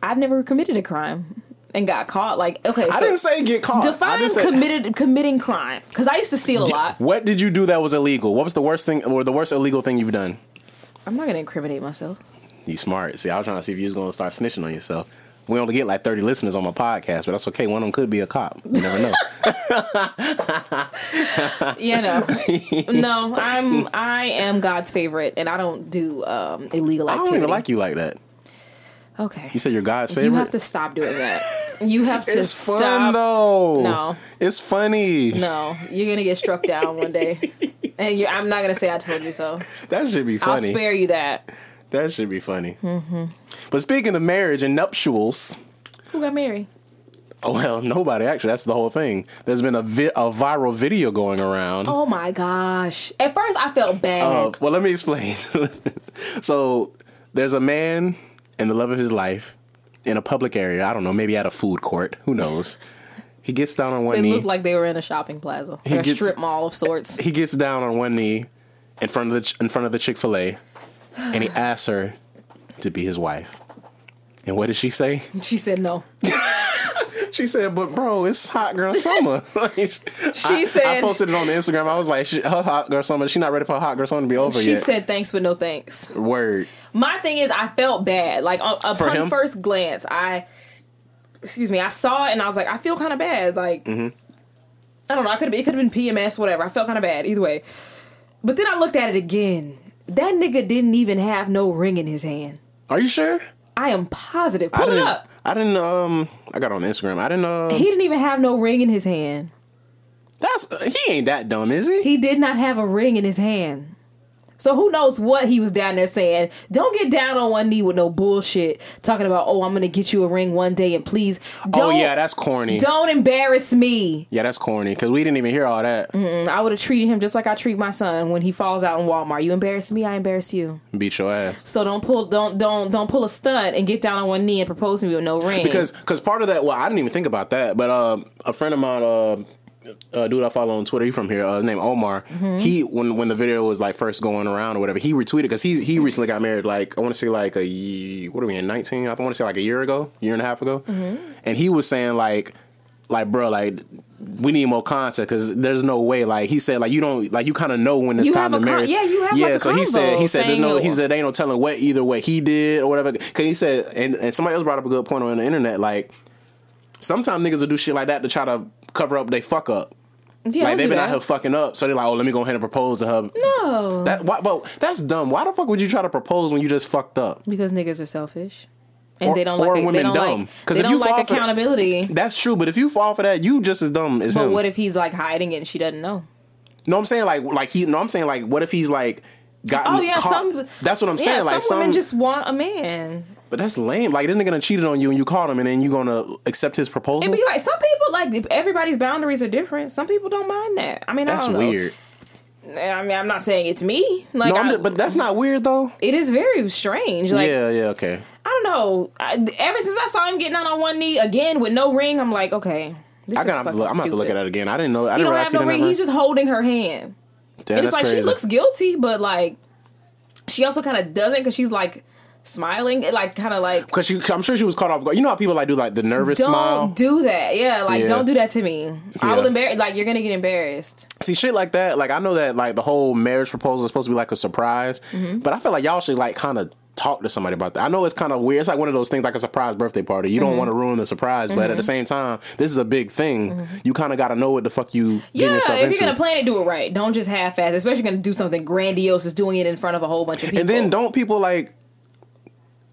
I've never committed a crime and got caught. Like okay,
I
so
didn't say get caught. I
define
just said,
committed committing crime because I used to steal a lot.
What did you do that was illegal? What was the worst thing or the worst illegal thing you've done?
I'm not gonna incriminate myself.
You smart. See, I was trying to see if you was going to start snitching on yourself. We only get like 30 listeners on my podcast, but that's okay. One of them could be a cop. You never know.
Yeah, no, no. I'm I am God's favorite, and I don't do um, illegal
I
activity.
don't even like you like that.
Okay,
You said you're God's favorite?
you have to stop doing that. You have to
it's
stop.
fun, though.
No.
It's funny.
No, you're gonna get struck down one day, and you're, I'm not gonna say I told you so.
That should be
I'll
funny.
spare Mm-hmm. you that.
that should be funny. But speaking of marriage and nuptials,
Who got married?
oh, well, nobody actually. That's the whole thing. There's been a, vi- a viral video going around.
Oh my gosh! At first, I felt bad.
Uh, well, let me explain. so there's a man in the love of his life in a public area. I don't know, maybe at a food court. Who knows? he gets down on one
It
knee.
looked like they were in a shopping plaza,
He
or a
gets-
strip mall of sorts.
he gets down on one knee in front of the in front of the Chick Fil A, and he asks her to be his wife. And what did she say?
She said no.
She said, "But bro, it's hot girl summer." Like, she I, "I
said-
posted it on the Instagram. I was like, she, her hot girl summer. She's not ready for hot girl summer to be over
She
yet."
said thanks, but no thanks.
Word.
My thing is, I felt bad. Like u- upon
him?
first glance, I excuse me, I saw it and I was like, I feel kind of bad. Like
Mm-hmm.
I don't know, I could it could have been PMS, whatever. I felt kind of bad either way. But then I looked at it again. That nigga didn't even have no ring in his hand.
Are you sure?
I am positive.
I
Pull it
didn't.
up.
I didn't. Um, I got on Instagram. I didn't. Um,
He didn't even have no ring in his hand.
that's he ain't that dumb, is he?
He did not have a ring in his hand. So who knows what he was down there saying? Don't get down on one knee with no bullshit talking about, "Oh, I'm going to get you a ring one day and please
oh
don't
yeah, that's corny.
Don't embarrass me.
Yeah, that's corny because we didn't even hear all that.
And I would have treated him just like I treat my son when he falls out in Walmart. You embarrass me, I embarrass you.
Beat your ass.
So don't pull, don't don't don't pull a stunt and get down on one knee and propose to me with no ring.
because because part of that well i didn't even think about that but um a friend of mine um a dude i follow on twitter he from here uh, his name omar
Mm-hmm.
he when when the video was like first going around or whatever he retweeted because he he recently got married like i want to say like a ye- what are we in 19 i
Mm-hmm.
want to say like a year ago year and a half ago and he was saying like like bro like we need more content because there's no way. Like he said, like you don't like you kind of know when it's
You
time to
have a con-
marriage.
yeah, you have,
yeah.
like, a
so he said
convo
he said there's
saying
no
it-
he said they ain't no telling what either what he did or whatever. Because he said and, and somebody else brought up a good point on the internet. Like sometimes niggas will do shit like that to try to cover up they fuck up.
Yeah,
like
don't
they've
do
been
that.
out here fucking up, so they're like, oh, let me go ahead and propose to her.
No,
That why, but that's dumb. Why the fuck would you try to propose when you just fucked up?
because niggas are selfish, and
Or-
they don't
or
like
women
they don't
dumb.
like
'Cause
they
if you
don't
fall
like
for that-
accountability.
That's true, but if you fall for that, you just as dumb as
But
him.
what if he's like hiding it and she doesn't know?
no, I'm saying like like he. No, I'm saying like what if he's like gotten
Oh yeah,
caught?
some.
that's what I'm
yeah,
saying.
some
like some,
women just want a man.
but that's lame. Like this nigga gonna cheated on you and you caught him and then you gonna accept his proposal.
It'd be like some people like if everybody's boundaries are different. Some people don't mind that. I mean,
that's
I don't know.
weird.
I mean, I'm not saying it's me. Like,
no, I'm
I-
just- but that's not weird though.
it is very strange. Like,
yeah, yeah, okay.
I don't know. I, ever since I saw him getting out on one knee again with no ring, I'm like, okay, this
I
is
gotta have to
fucking
look, I'm gonna have to look at
stupid.
that again. I didn't know. I
He
didn't
don't
realize
have
he
no
didn't
ring.
have
He's just holding her hand.
Damn,
And it's
that's
like
crazy.
she looks guilty, but like she also kind of doesn't because she's like smiling, It, like kind of like
because she. I'm sure she was caught off guard. You know how people like do like the nervous
don't
smile.
do that. Yeah, like
Yeah.
don't do that to me. I will
Yeah.
embarrass. Like you're gonna get embarrassed.
See shit like that. Like I know that like the whole marriage proposal is supposed to be like a surprise,
Mm-hmm.
but I feel like y'all should like kind of talk to somebody about that. I know it's kind of weird. It's like one of those things like a surprise birthday party. You
Mm-hmm.
don't want to ruin the surprise, but at the same time, this is a big thing. You kind of got to know what the fuck you getting
Mm-hmm. Yeah, if
yourself
you're
into.
gonna plan it, do it right. Don't just half-ass. Especially gonna do something grandiose, is doing it in front of a whole bunch of people.
and then don't people like.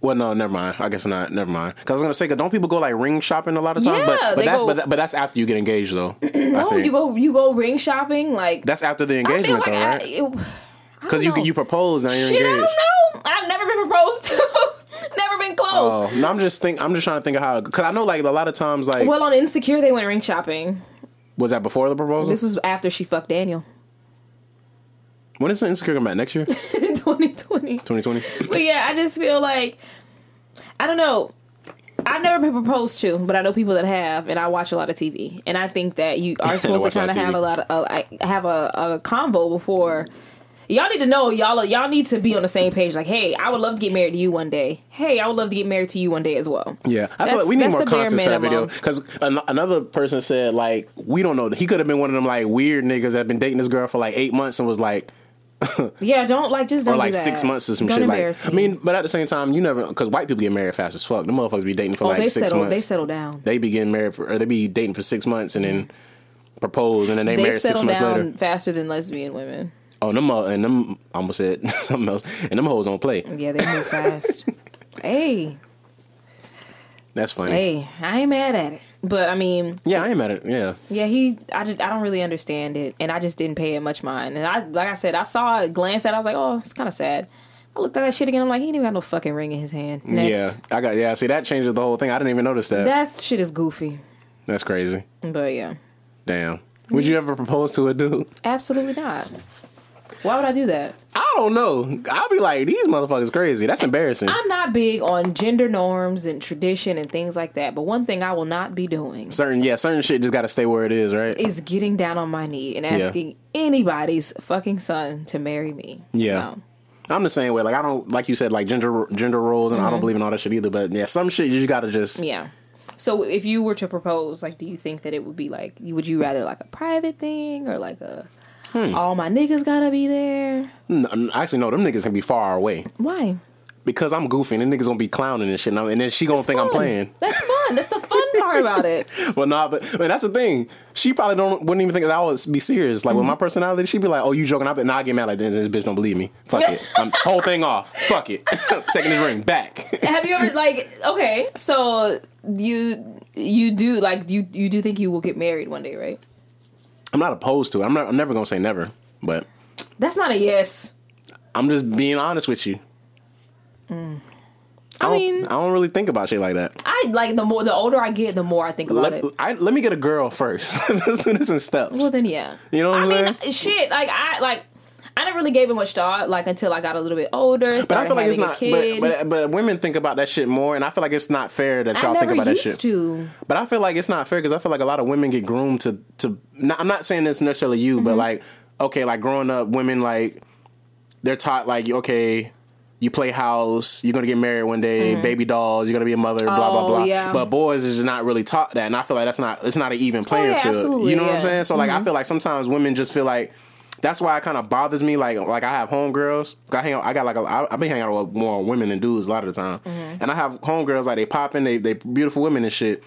Well, no, never mind. I guess not. Never mind. Because I was gonna say, 'cause don't people go like ring shopping a lot of times?
Yeah,
but but
they
that's
go-
but, that, but that's after you get engaged though. I
no,
think.
Oh, you go you go ring shopping like
that's after the
I feel
engagement
like
though,
I-
right?
it- I don't
Because you
know.
you propose now you're
shit. I
engaged.
don't know. I've never been proposed to. never been close.
Oh, no, I'm just think I'm just trying to think of how because I know like a lot of times like
Well, on Insecure, they went ring shopping.
was that before the proposal?
This was after she fucked Daniel.
when is the insecure coming back next year,
2020.
2020?
But yeah, I just feel like I don't know. I've never been proposed to, but I know people that have, and I watch a lot of TV, and I think that you are supposed to
watch a lot
kind
of
of have
TV.
a lot of uh, like, have a, a combo before. Y'all need to know y'all are- y'all need to be on the same page. Like, hey, I would love to get married to you one day. Hey, I would love to get married to you one day as well.
Yeah, I feel
That's-
like we need
that's
more
the bare
content for that video
minimum.
because an- another person said like we don't know he could have been one of them like weird niggas that been dating this girl for like eight months and was like
Yeah, don't like just don't
or
do
like
that.
six months or some
Don't
shit
embarrass
like I
me.
mean but at the same time you never because white people get married fast as fuck the motherfuckers be dating for
oh,
like
they
six
settle
months
they settle down.
They be getting married for or they be dating for six months and then propose and then they,
They
marry six
settle
months
down
later
faster than lesbian women.
oh them uh, and them I almost said something else and them hoes don't play
Yeah, they move fast. hey,
that's funny
hey, I ain't mad at it. But I mean,
Yeah, I am at it. Yeah,
yeah, he, I, did, I don't really understand it, and I just didn't pay it much mind. And I, like I said, I saw it, glanced at, it, I was like, oh, it's kind of sad. I looked at that shit again. I'm like, he ain't even got no fucking ring in his hand. Next,
yeah. I got yeah. See, that changes the whole thing. I didn't even notice that.
that shit is goofy.
That's crazy.
But yeah,
Damn. Would you ever propose to a dude?
absolutely not. Why would I do that?
I don't know. I'll be like, these motherfuckers crazy. That's embarrassing.
I'm not big on gender norms and tradition and things like that. But one thing I will not be doing
certain yeah, certain shit just got to stay where it is, right?
is getting down on my knee and asking anybody's fucking son to marry me.
yeah.
No.
I'm the same way. Like I don't like you said like gender gender roles and I don't believe in all that shit either. But yeah, some shit you just gotta just
Mm-hmm. Yeah. So if you were to propose, like, do you think that it would be like, you- would you rather like a private thing or like a,
Hmm.
all my niggas gotta be there?
N- n- actually no, them niggas gonna be far away
Why?
because I'm goofing. and them niggas gonna be clowning and shit, and, I'm- and then she gonna think I'm
Fun.
playing.
That's fun. That's the fun part about it.
Well, nah, but, but that's the thing. She probably don't wouldn't even think that I would be serious. Like with
Mm-hmm.
my personality, she'd be like, "Oh, you joking?" I be, nah, I get mad like this. This bitch don't believe me. Fuck it. I'm whole thing off. Fuck it. Taking this ring back.
Have you ever like okay? So you you do like you you do think you will get married one day, right?
I'm not opposed to it. I'm not. I'm never gonna say never, but
That's not a yes.
I'm just being honest with you. I,
I
don't,
mean-
I don't really think about shit like that.
I like the more the older I get, the more I think about
Let,
it.
I, let me get a girl first. Let's do this in steps.
Well, then yeah.
You know what
I
I'm
mean, shit. Like I like. I never really gave it much thought, like until I got a little bit older.
but I feel like it's not. But,
Kid.
but but women think about that shit more, and I feel like it's not fair that
I
y'all
never
think about that
used
shit.
to.
But I feel like it's not fair because I feel like a lot of women get groomed to to. Not, I'm not saying this necessarily
Mm-hmm.
you, but like okay, like growing up, women like they're taught like okay, you play house, you're gonna get married one day, baby dolls, you're gonna be a mother, blah blah
Mm-hmm. Oh,
blah.
yeah. Oh,
But boys is not really taught that, and I feel like that's not it's not an even playing
yeah,
field.
absolutely,
you know what I'm
yeah. Mm-hmm.
saying? So like I feel like sometimes women just feel like. That's why it kind of bothers me. Like, like I have homegirls. I hang out. I got like a. I, I've been hanging out with more women than dudes a lot of the time.
Mm-hmm.
And I have homegirls like they pop in. They they beautiful women and shit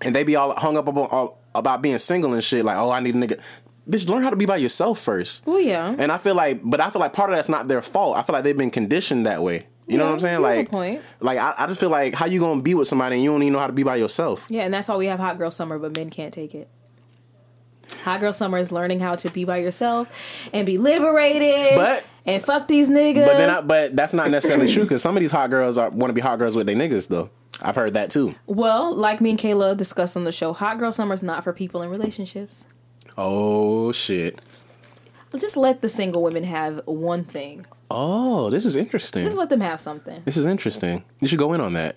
and they be all hung up about, all, about being single and shit. Like, oh, I need a nigga. Bitch, learn how to be by yourself first.
Well, yeah.
And I feel like, but I feel like part of that's not their fault. I feel like they've been conditioned that way. You know
Yeah,
what I'm saying?
you have a
Like,
point.
like I, I just feel like how you gonna be with somebody and you don't even know how to be by yourself.
Yeah, and that's why we have Hot Girl Summer, but men can't take it. Hot Girl Summer is learning how to be by yourself and be liberated.
But-
and fuck these niggas.
But then, I, but that's not necessarily true because some of these hot girls are want to be hot girls with their niggas though. I've heard that too.
well, like me and Kayla discussed on the show, Hot Girl Summer is not for people in relationships.
Oh shit.
Just let the single women have one thing.
Oh, this is interesting.
Just let them have something.
This is interesting. You should go in on that.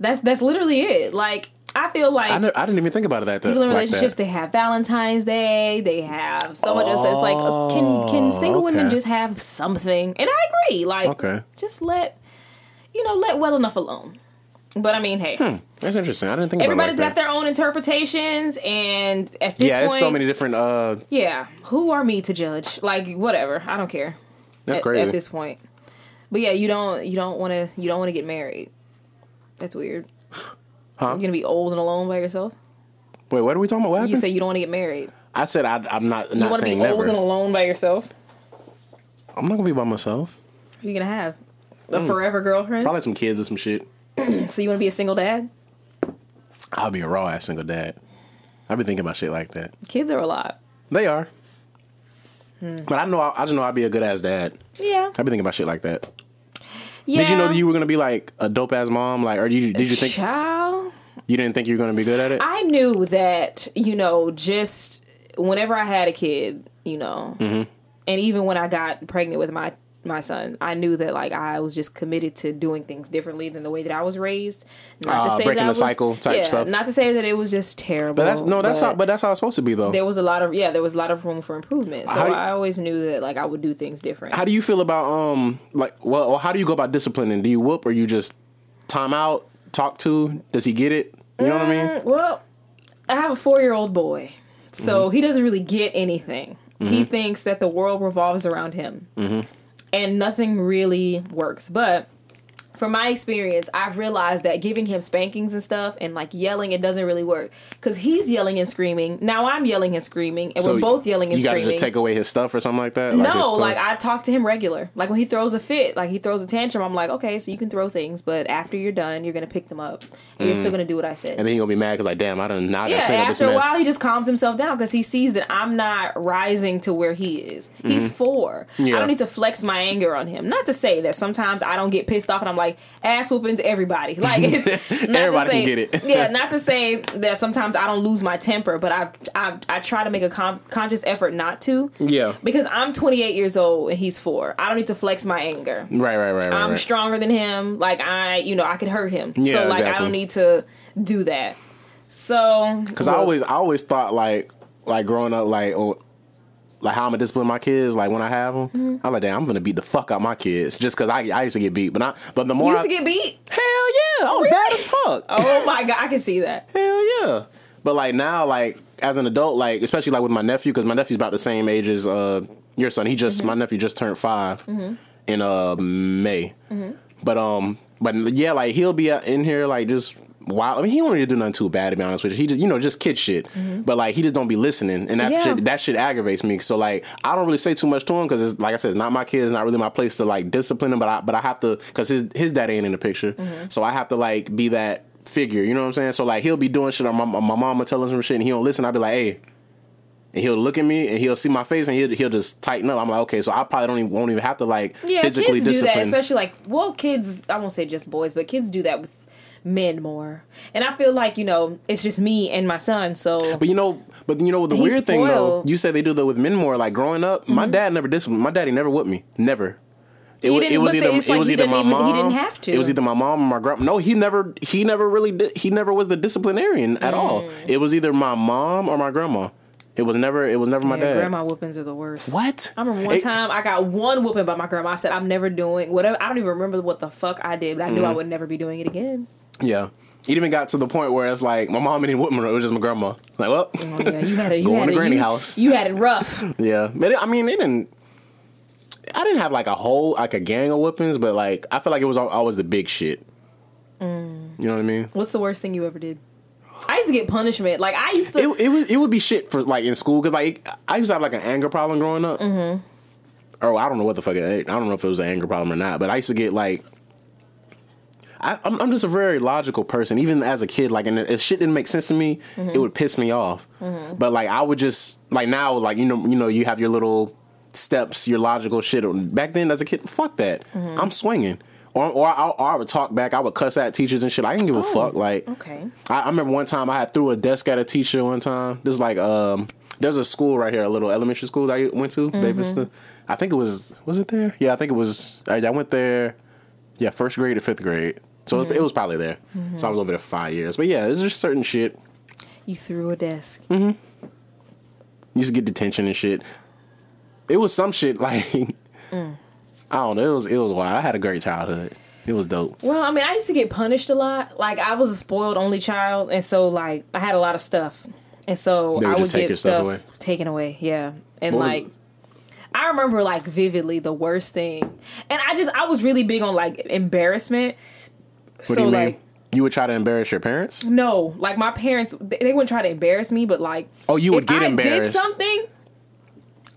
That's that's literally it. Like I feel like
I, ne- I didn't even think about it that.
people in
like that.
relationships they have valentine's day they have so much else it's like uh, can can single women
Oh, okay.
just have something and i agree like
Okay.
just let you know let well enough alone but i mean hey
That's interesting. Hmm, I didn't think about it.
everybody's
like
got
that.
their own interpretations and at this
yeah,
point
it's so many different. uh
yeah who are me to judge like whatever i don't care
That's
at,
crazy.
at this point but yeah you don't you don't want to you don't want to get married that's weird
Huh?
you're gonna be old and alone by yourself
Wait, what are we talking about? What
you
happened?
say you don't want to get married
I said I, I'm not
you
not
want to be
saying
old
never.
and alone by yourself?
I'm not gonna be by myself.
Who you gonna have? A forever girlfriend?
Mm. Probably some kids or some shit.
So you wanna be a single dad?
I'll be a raw ass single dad. I've been thinking about shit like that.
Kids are a lot.
They are.
Hmm.
But I know I, I just know I'd be a good ass dad.
Yeah.
I've been thinking about shit like that.
yeah.
Did you know that you were gonna be like a dope ass mom? Like, or did you, did you think
Child,
you didn't think you were gonna be good at it?
I knew that you know just whenever I had a kid, you know,
Mm-hmm.
and even when I got pregnant with my my son, I knew that like I was just committed to doing things differently than the way that I was raised. Not
Ah, breaking
I
the cycle type
yeah,
stuff.
Not to say that it was just terrible.
but that's no, that's how. But that's how it's supposed to be though.
there was a lot of yeah, there was a lot of room for improvement. So
How do you-
I always knew that like I would do things different.
how do you feel about um like well or how do you go about disciplining? Do you whoop or you just time out, talk to? Does he get it? You know what I mean?
Well, I have a four year old boy, so
Mm-hmm.
he doesn't really get anything. He thinks that the world revolves around him,
Mm-hmm.
and nothing really works. But from my experience, I've realized that giving him spankings and stuff and like yelling, it doesn't really work because he's yelling and screaming. Now I'm yelling and screaming, and we're both yelling and
you
screaming.
gotta just take away his stuff or something like that. his
no,
toy?
like I talk to him regular. Like when he throws a fit, like he throws a tantrum, I'm like, okay, so you can throw things, but after you're done, you're gonna pick them up, and you're still gonna do what I said.
Mm. and then he gonna be mad because like, damn, I don't now I gotta
Yeah,
clean up this
after a
mess.
while, he just calms himself down because he sees that I'm not rising to where he is. He's four.
Mm-hmm. Yeah.
I don't need to flex my anger on him. Not to say that sometimes I don't get pissed off and I'm like ass whooping to everybody. Like it's, not to
Everybody can
say-
get it.
yeah, not to say that sometimes I don't lose my temper, but I I, I try to make a con- conscious effort not to.
Yeah.
because I'm 28 years old and he's four. I don't need to flex my anger.
right, right, right, right.
I'm
right.
stronger than him. Like I, you know, I could hurt him.
Yeah,
so like I
exactly.
don't need to do that. So
Because I always, I always thought like, like growing up, like, oh, like how I'm gonna discipline my kids, like when I have them,
Mm-hmm.
I'm like, damn, I'm gonna beat the fuck out my kids just because I, I used to get beat, but not, but the more
You used
I,
to get beat.
hell yeah, I was bad as fuck.
Oh my god, I can see that.
Hell yeah. But like now, like as an adult, like especially like with my nephew, because my nephew's about the same age as uh your son. He just my nephew just turned 5 in uh May. But um, but yeah, like he'll be out in here like just wild. I mean, he don't really do nothing too bad to be honest with you. He just you know just kid shit. But like he just don't be listening, and that
Yeah.
shit that shit aggravates me. So like I don't really say too much to him because like I said, it's not my kid. It's not really my place to like discipline him. But I but I have to because his his dad ain't in the picture, so I have to like be that figure. You know what I'm saying? So like he'll be doing shit. Or my my mama telling him some shit, and he don't listen. I'll be like, hey. And he'll look at me, and he'll see my face, and he'll, he'll just tighten up. I'm like, okay, so I probably don't even won't even have to like
Yeah,
physically
kids do
discipline.
that, especially like well, kids. I won't say just boys, but kids do that with men more. And I feel like you know, it's just me and my son. So
But you know, but you know the
He's
weird thing though,
spoiled. Mm-hmm.
you said they do that with men more. Like growing up, my dad never disciplined. My daddy never whipped me, never. It, wa-
didn't- but they- it's like he didn't even- he didn't have to.
It was either my mom or my grandma. No, he never. He
Mm.
never really. Did, he never was the disciplinarian at all. It was either my mom or my grandma. It was never. It was never my
Yeah,
dad.
grandma whoopings are the worst.
What?
I remember one
It-
time I got one whooping by my grandma. I said, I'm never doing whatever. I don't even remember what the fuck I did, but I knew
Mm-hmm.
I would never be doing it again.
Yeah. It even got to the point where it's like my mom didn't whoop me. It was just my grandma. Like, well,
Oh, yeah, you had it. You
Going
had
to
it,
granny
you-
house.
You had it rough.
yeah. But it, I mean, they didn't. I didn't have like a whole like a gang of whoopings, but like I feel like it was al- always the big shit. You know what I mean?
What's the worst thing you ever did? I used to get punishment. Like I used to.
It it was it would be shit for like in school because like I used to have like an anger problem growing up. Mm-hmm. Or I don't know what the fuck it, I don't know if it was an anger problem or not, but I used to get like. I, I'm, I'm just a very logical person, even as a kid. Like, and if shit didn't make sense to me,
Mm-hmm.
it would piss me off. But like, I would just like now, like you know, you know, you have your little steps, your logical shit. Back then, as a kid, fuck that.
Mm-hmm.
I'm swinging, or or I, or I would talk back. I would cuss at teachers and shit. I
Oh.
didn't give a fuck. Like,
okay.
I, I remember one time I had threw a desk at a teacher one time. This is like um there's a school right here, a little elementary school that I went to,
Mm-hmm.
Davidson. I think it was was it there? Yeah, I think it was I, I went there yeah, first grade to fifth grade. So
Mm-hmm.
it, it was probably there. So I was over there for five years. But yeah, there's just certain shit.
You threw a desk.
You used to get detention and shit. It was some shit like
Mm.
I don't know, it was it was wild. I had a great childhood. It was dope.
Well, I mean, I used to get punished a lot. Like I was a spoiled only child, and so like I had a lot of stuff, and so
They would
I would
just take
get
your
stuff,
stuff away.
taken away. Yeah, and
What was-
like I remember like vividly the worst thing, and I just I was really big on like embarrassment.
What
so
do you mean?
like
you would try to embarrass your parents?
no, like my parents they they wouldn't try to embarrass me, but like
Oh, you would
if
get
I did
embarrassed.
something.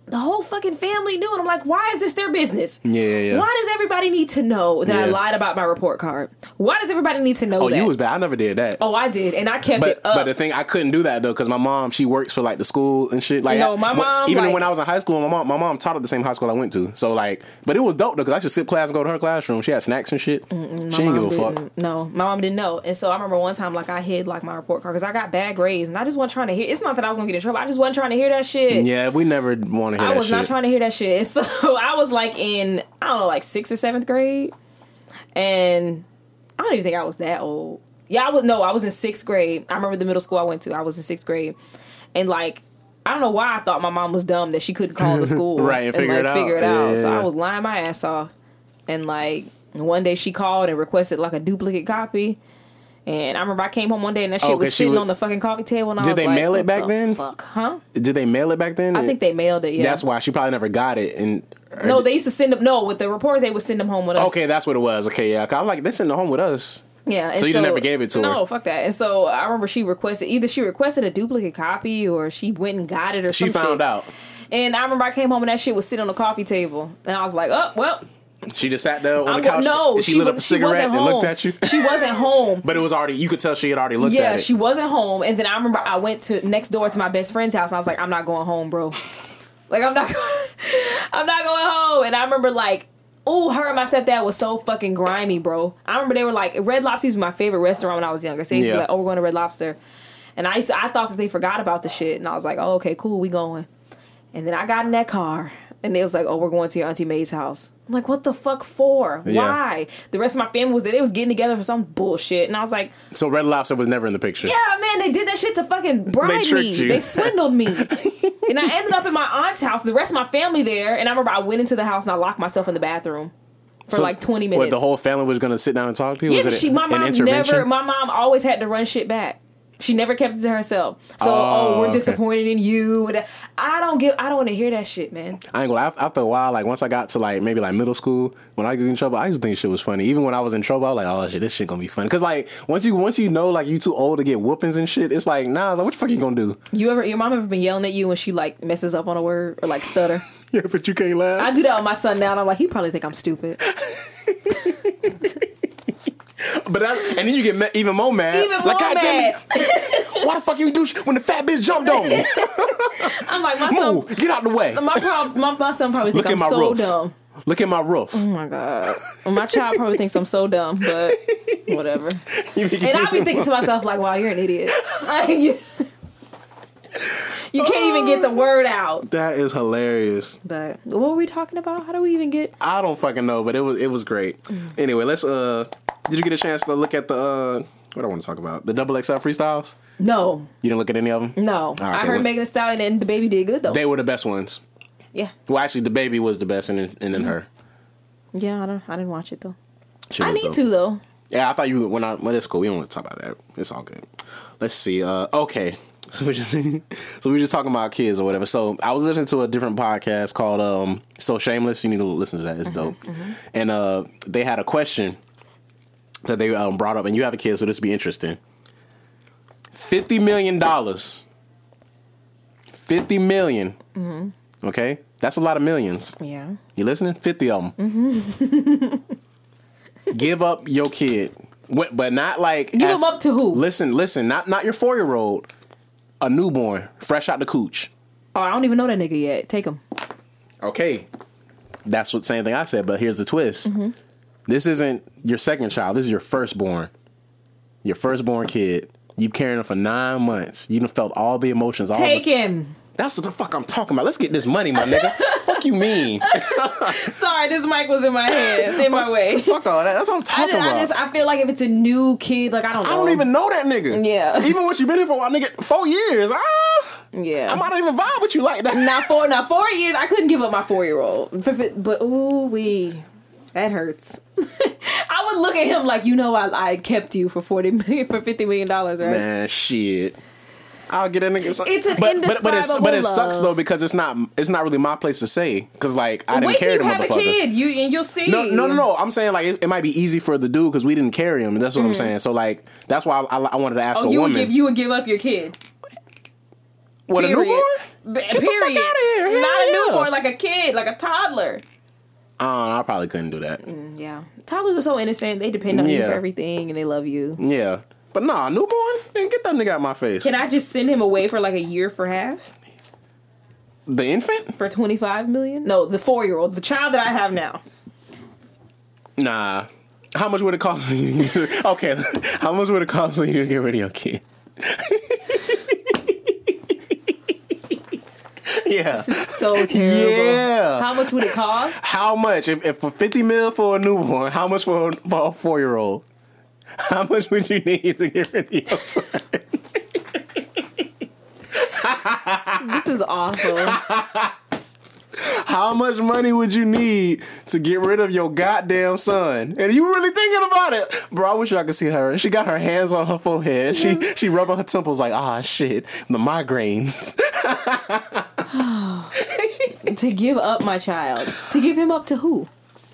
The whole fucking family knew, and I'm like, why is this their business?
Yeah, yeah, yeah.
Why does everybody need to know that I
Yeah.
lied about my report card? Why does everybody need to know
Oh,
that?
you was bad. I never did that.
Oh, I did, and I kept
But
it up.
but the thing I couldn't do that though because my mom she works for like the school and shit like
No,
I-
my
when-
mom,
even
like-
when I was in high school my mom my mom taught at the same high school I went to so like but it was dope though because I should sit class and go to her classroom she had snacks and shit she didn't give a
Mom
fuck
didn't- No, my mom didn't know, and so I remember one time like I hid like my report card because I got bad grades, and I just wasn't trying to hear. It's not that I was gonna get in trouble. I just wasn't trying to hear that shit.
yeah we never want to hear
I
that
was
shit
not trying to hear that shit. And so I was like in I don't know like sixth or seventh grade, and I don't even think I was that old. Yeah, I was no, I was in sixth grade. I remember the middle school I went to. I was in sixth grade, and like I don't know why I thought my mom was dumb that she couldn't call the school
Right, and figure
like,
it out.
Figure it out. So
Yeah.
I was lying my ass off, and like one day she called and requested like a duplicate copy. And I remember I came home one day and that shit
Oh, 'cause
was
she
sitting
was-
on the fucking coffee table. And I
Did
was
they
like,
mail it
"What
back
the
then?
Fuck, huh?
did they mail it back then
I think they mailed it. Yeah,
that's why she probably never got it and or
no,
did-
they used to send them. No, with the reporters, they would send them home with us.
okay that's what it was okay yeah 'Cause I'm like they sent it home with us
Yeah. And
So you never gave it to her?
No, fuck that. And so I remember she requested either she requested a duplicate copy or she went and got it or
she
some
found
shit.
out
And I remember I came home and that shit was sitting on the coffee table, and I was like, oh well.
she just sat there on
I
the couch
w- no,
and she, lit
was,
up a
she
cigarette
wasn't
and
home.
looked at you
She wasn't home.
but it was already you could tell she had already looked
yeah,
at it
she wasn't home. And then I remember I went to next door to my best friend's house, and I was like, I'm not going home, bro. Like I'm not, I'm not going home. And I remember like, oh, her and my stepdad was so fucking grimy, bro. I remember they were like, Red Lobster was my favorite restaurant when I was younger. They used to be
Yeah.
like, oh, we're going to Red Lobster, and I used to, I thought that they forgot about the shit, and I was like, oh, okay, cool, we going. And then I got in that car, and they was like, oh, we're going to your auntie May's house. I'm like, what the fuck for?
Yeah.
Why? The rest of my family was there. They was getting together for some bullshit, and I was like,
so Red Lobster was never in the picture
yeah, man, they did that shit to fucking bribe
tricked
me.
you.
They swindled me. and I ended up in my aunt's house, the rest of my family there. And I remember I went into the house and I locked myself in the bathroom for
So,
like 20 minutes.
What, the whole family was going to sit down and talk to you?
yeah,
was
but
it
she,
an
my mom
intervention?
never, my mom always had to run shit back. She never kept it to herself. So, oh,
Oh,
we're
okay.
disappointed in you. And I don't give, I don't want to hear that shit, man.
I ain't gonna. lie, After a while, like once I got to like maybe like middle school, when I get in trouble, I used to think shit was funny. Even when I was in trouble, I was like, oh shit, this shit gonna be funny. Cause like once you once you know like you too old to get whoopings and shit, it's like nah, like what the fuck you gonna do?
You ever, your mom ever been yelling at you when she like messes up on a word or like stutter?
Yeah, but you can't laugh.
I do that with my son now and I'm like, he probably think I'm stupid.
but that, and then you get ma- even more mad.
Even
like,
more
God
mad.
damn it, why the fuck you do sh- when the fat bitch jumped on me?
I'm like, my son,
Move, get out the way.
my, prob- my, my son probably think
Look at
I'm
my
so
roof.
dumb.
Look at my roof.
Oh my god. My child probably thinks I'm so dumb, but whatever. And I'll be thinking to myself, like, wow, you're an idiot. Like, you, you can't even get the word out.
that is hilarious.
But what were we talking about? How do we even get Mm.
I don't fucking know, but it was it was great. Anyway, let's uh did you get a chance to look at the uh What I want to talk about? The double XL freestyles.
No,
You didn't look at any of them.
no.
okay,
I heard
well-
Megan Thee Stallion and the baby did good though.
They were the best ones.
yeah,
Well, actually, the baby was the best, and then, and then her.
yeah. I don't. I didn't watch it though.
She
I
was
need
dope.
to though.
Yeah, I thought you when I well, it's cool. We don't want to talk about that. It's all good. Let's see. Uh, okay. So we just so we were just talking about kids or whatever. So I was listening to a different podcast called um So Shameless. You need to listen to that. It's dope. And uh they had a question that they um, brought up and you have a kid, so this would be interesting. 50 million dollars. 50 million. Okay? That's a lot of millions.
Yeah.
You listening? 50 of them. Give up your kid. What- But not like.
Mm-hmm. Give him up to who?
Listen, listen. Not not your four year old. A newborn, fresh out the cooch.
Oh, I don't even know that nigga yet. Take him.
Okay. That's what same thing I said, but here's the twist.
Mm-hmm.
This isn't your second child. This is your firstborn. Your firstborn kid. You've carried him for nine months. You done felt all the emotions. All
Take
the,
him.
That's what the fuck I'm talking about. Let's get this money, my nigga. fuck you mean?
Sorry, this mic was in my head, in my way.
fuck all that. That's what I'm
I
talking
just, I
about.
just, I feel like if it's a new kid, like I don't, know.
I don't even know that nigga.
Um, Yeah.
Even once you've been here for a while, nigga, four years. Ah,
Yeah.
I might not even vibe with you like that.
Now four, now four years. I couldn't give up my four year old, but ooh wee, that hurts. I would look at him like you know I, I kept you for forty million for fifty million dollars, right?
Man, shit. I'll get that nigga. some-
It's an
but, but, it's, but it
indescribable
sucks
love.
though because it's not it's not really my place to say because like I didn't
Wait till
carry
you
the
have a
motherfucker.
kid, you and you'll see.
No, no, no, no. I'm saying like it, it might be easy for the dude because we didn't carry him. and That's what I'm saying. So like that's why I, I, I wanted to ask
Mm. Oh,
a
you
woman.
would give you would give up your kid.
what
period.
a newborn?
B-
the fuck
period.
outta here.
Not
Yeah,
a newborn,
yeah.
like a kid, like a toddler.
Uh, I probably couldn't do that.
Yeah, toddlers are so innocent. They depend on you
Yeah.
for everything, and they love you.
Yeah, but nah, newborn. Then get that nigga out of my face.
Can I just send him away for like a year for half
the infant?
for twenty five million? No, the four year old, the child that I have now.
Nah. How much would it cost you? okay. How much would it cost you to get rid of your kid? yeah.
This is so terrible.
Yeah.
How much would it cost?
How much? If, if for 50 mil for a newborn, how much for, a- for a four year old? How much would you need to get rid of your son?
This is awful.
How much money would you need to get rid of your goddamn son? And you really thinking about it, bro? I wish y'all could see her. She got her hands on her forehead. She she rubbing her temples like, ah, shit, the migraines.
to give up my child. To give him up to who?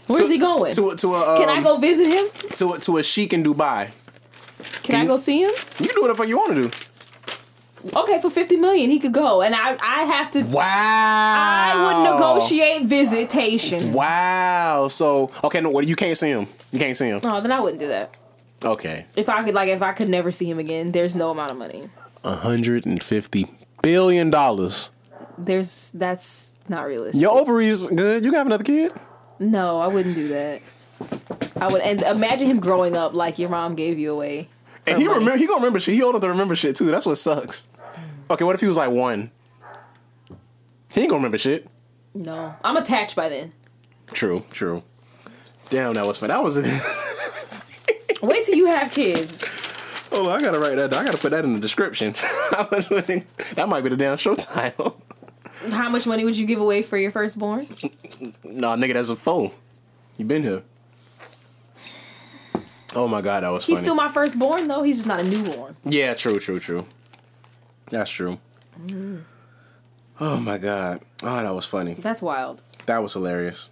Where's he going?
To a- to a um,
Can I go visit him?
to a, to a chic in Dubai?
Can I
you-
go see him?
You can do whatever you want to do.
Okay, for fifty million, he could go, and I I have to.
Wow.
I would negotiate visitation.
Wow. So okay, no, what you can't see him. You can't see him.
No, Oh, then I wouldn't do that.
Okay,
If I could, like, if I could never see him again, there's no amount of money.
hundred and fifty billion dollars.
There's that's not realistic.
Your ovaries good. You can have another kid.
No, I wouldn't do that. I would, and imagine him growing up like your mom gave you away.
And
for
he
money.
remember he gonna remember shit. He old enough to remember shit too. That's what sucks. Okay, what if he was like one? He ain't gonna remember shit.
No, I'm attached by then.
True, true. Damn, that was fun. That was.
Wait till you have kids.
Hold on, Oh, I gotta write that. down. I gotta put that in the description. How much would it- that might be the damn show title.
How much money would you give away for your firstborn?
nah, nigga, that's a foe. You been here. Oh my god, that was
He's
funny.
still my firstborn though. He's just not a newborn.
yeah, true, true, true. That's true. Oh my god. Oh, that was funny.
That's wild.
That was hilarious.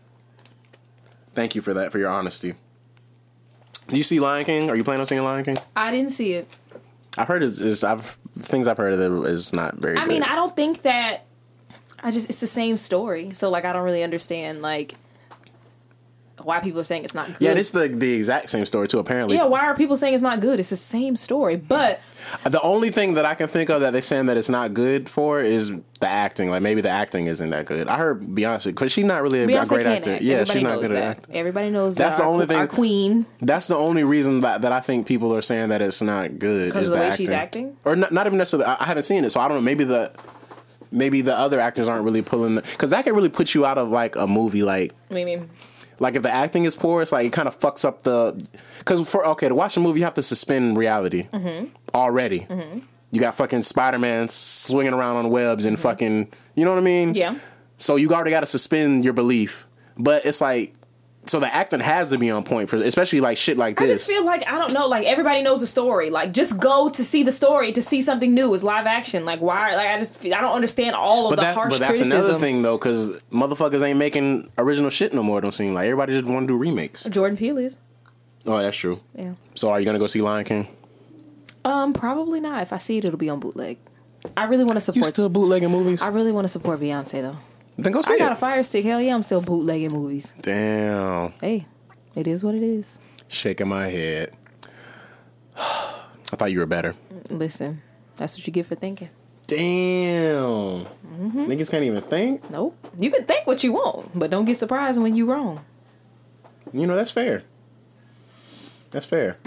Thank you for that, for your honesty. You see Lion King? Are you planning on seeing Lion King?
I didn't see it.
I've heard it's, it's I've things I've heard of it is not very.
I mean, I don't think that. I just it's the same story. So like I don't really understand like why people are saying it's not good.
yeah, this is the the exact same story too. Apparently,
yeah, why are people saying it's not good? It's the same story. But
the only thing that I can think of that they're saying that it's not good for is the acting. Like maybe the acting isn't that good. I heard Beyonce because she's not really a
Beyonce
great
can
actor.
act.
Yeah,
Everybody
she's not
knows
good
that.
at acting.
Everybody knows
That's
that.
the
Our-
only thing-
Our queen.
That's the only reason that, that I think people are saying that it's not good
'Cause
is
of the
the
way
acting.
she's acting?
or not, not even necessarily. I, I haven't seen it, so I don't know. Maybe the maybe the other actors aren't really pulling because that could really put you out of like a movie. Like
I mean,
Like if the acting is poor, it's like it kind of fucks up the. Because for okay to watch a movie, you have to suspend reality
Mm-hmm.
already. You got fucking Spider Man swinging around on webs and fucking, you know what I mean?
Mm-hmm. Yeah.
So you already got to suspend your belief, but it's like, so the acting has to be on point for, especially like shit like
I
this.
just feel like I don't know. Like everybody knows the story. Like just go to see the story to see something new. It's live action. Like why? Like I just feel- I don't understand all of
But,
the
that,
harsh
but that's
criticism.
another thing though, because motherfuckers ain't making original shit no more. It Don't seem like everybody just want to do remakes.
Jordan Peele is.
Oh, that's true.
Yeah.
So are you gonna go see Lion King?
Um, probably not. If I see it, it'll be on bootleg. I really want to
You
support.
still bootlegging movies?
I really want to support Beyonce though.
then go see
I
it.
got a fire stick. Hell yeah, I'm still bootlegging movies.
Damn,
Hey, it is what it is.
shaking my head. I thought you were better.
Listen, that's what you get for thinking.
Damn, niggas can't even think.
Nope. You can think what you want, but don't get surprised when you wrong.
You know that's fair. That's fair.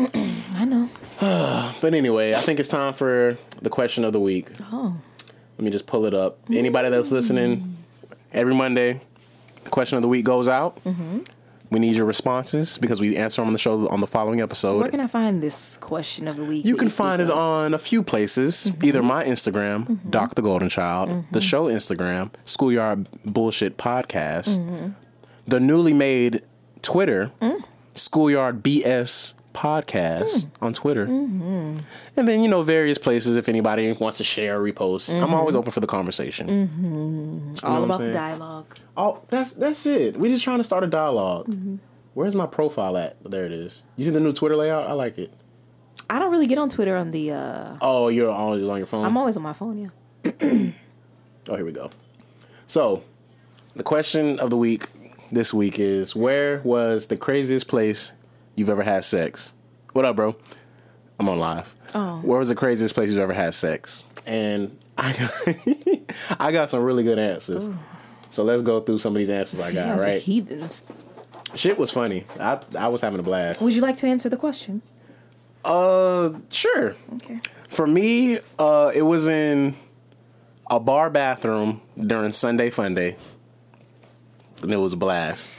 I know.
But anyway, I think it's time for the question of the week.
Oh.
Let me just pull it up. Anybody that's listening, every Monday, the question of the week goes out. We need your responses because we answer them on the show on the following episode.
Where can I find this question of the week?
you
that Mm-hmm.
can
speak
find it
of?
on a few places, either my Instagram, Doc the Golden Child,
Mm-hmm.
the show Instagram, Schoolyard Bullshit Podcast,
Mm-hmm.
the newly made Twitter,
Mm.
Schoolyard BS Podcast on Twitter,
Mm-hmm.
and then you know various places if anybody wants to share, or repost. I'm always open for the conversation.
all
what I'm
Mm-hmm. about the
saying?
dialogue.
Oh, that's that's it. We're just trying to start a dialog
Mm-hmm.
Where's my profile at? There it is. You see the new Twitter layout? I like it.
I don't really get on Twitter on the. uh
Oh, you're always on your phone.
I'm always on my phone. Yeah.
Oh, here we go. So, the question of the week this week is where was the craziest place you've ever had sex? What up, bro? I'm on live.
Oh.
Where was the craziest place you've ever had sex? And I got, I got some really good answers. So let's go through some of these answers I
You
got,
guys are
right?
heathens.
Shit was funny. I I was having a blast.
Would you like to answer the question?
Uh, sure.
Okay.
For me, uh, it was in a bar bathroom during Sunday Fun Day, and it was a blast.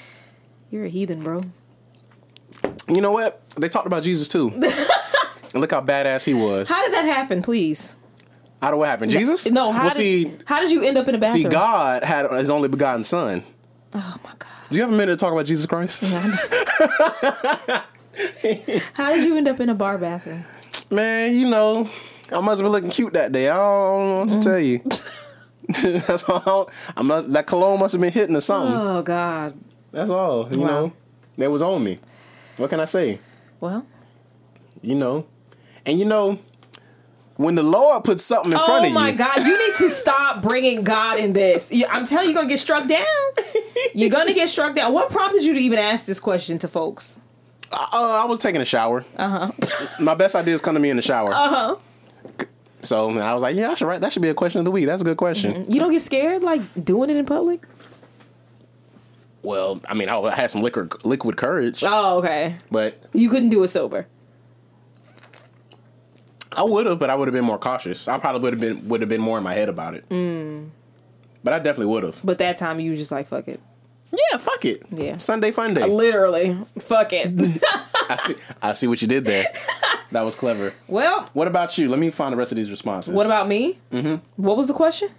You're a heathen, bro.
You know what? They talked about Jesus too. and look how badass he was.
How did that happen? Please.
How do what happened? Jesus?
No. How
Well,
did
see,
How did you end up in a bathroom?
see, God had his only begotten Son.
Oh my god.
Do you have a minute to talk about Jesus Christ?
How did you end up in a bar bathroom?
Man, you know, I must have been looking cute that day. I don't know what to tell you. That's all. I'm not, that cologne must have been hitting or something.
Oh god.
That's all. You
Wow.
know, that was on me. What can I say?
Well.
You know, and you know, when the Lord puts something in front
Oh
of
my
you,
God! You need to stop bringing God in this. You- I'm telling you, you're gonna get struck down. You're gonna get struck down. What prompted you to even ask this question to folks?
uh, I was taking a shower. Uh
Uh-huh.
huh. my best ideas come to me in the shower. Uh huh. So and I was like, yeah, I should write. That should be a question of the week. That's a good question.
You don't get scared like doing it in public?
Well, I mean, I I had some liquor, liquid courage,
Oh, okay.
but
You couldn't do it sober.
I would have, but I would have been more cautious. I probably would have been would have been more in my head about it.
Mm.
But I definitely would have.
But that time you was just like, fuck it.
Yeah, fuck it.
Yeah.
Sunday fun day.
Literally, fuck it.
I see. I see what you did there. that was clever.
well,
What about you? Let me find the rest of these responses.
what about me? Mm-hmm. What was the question?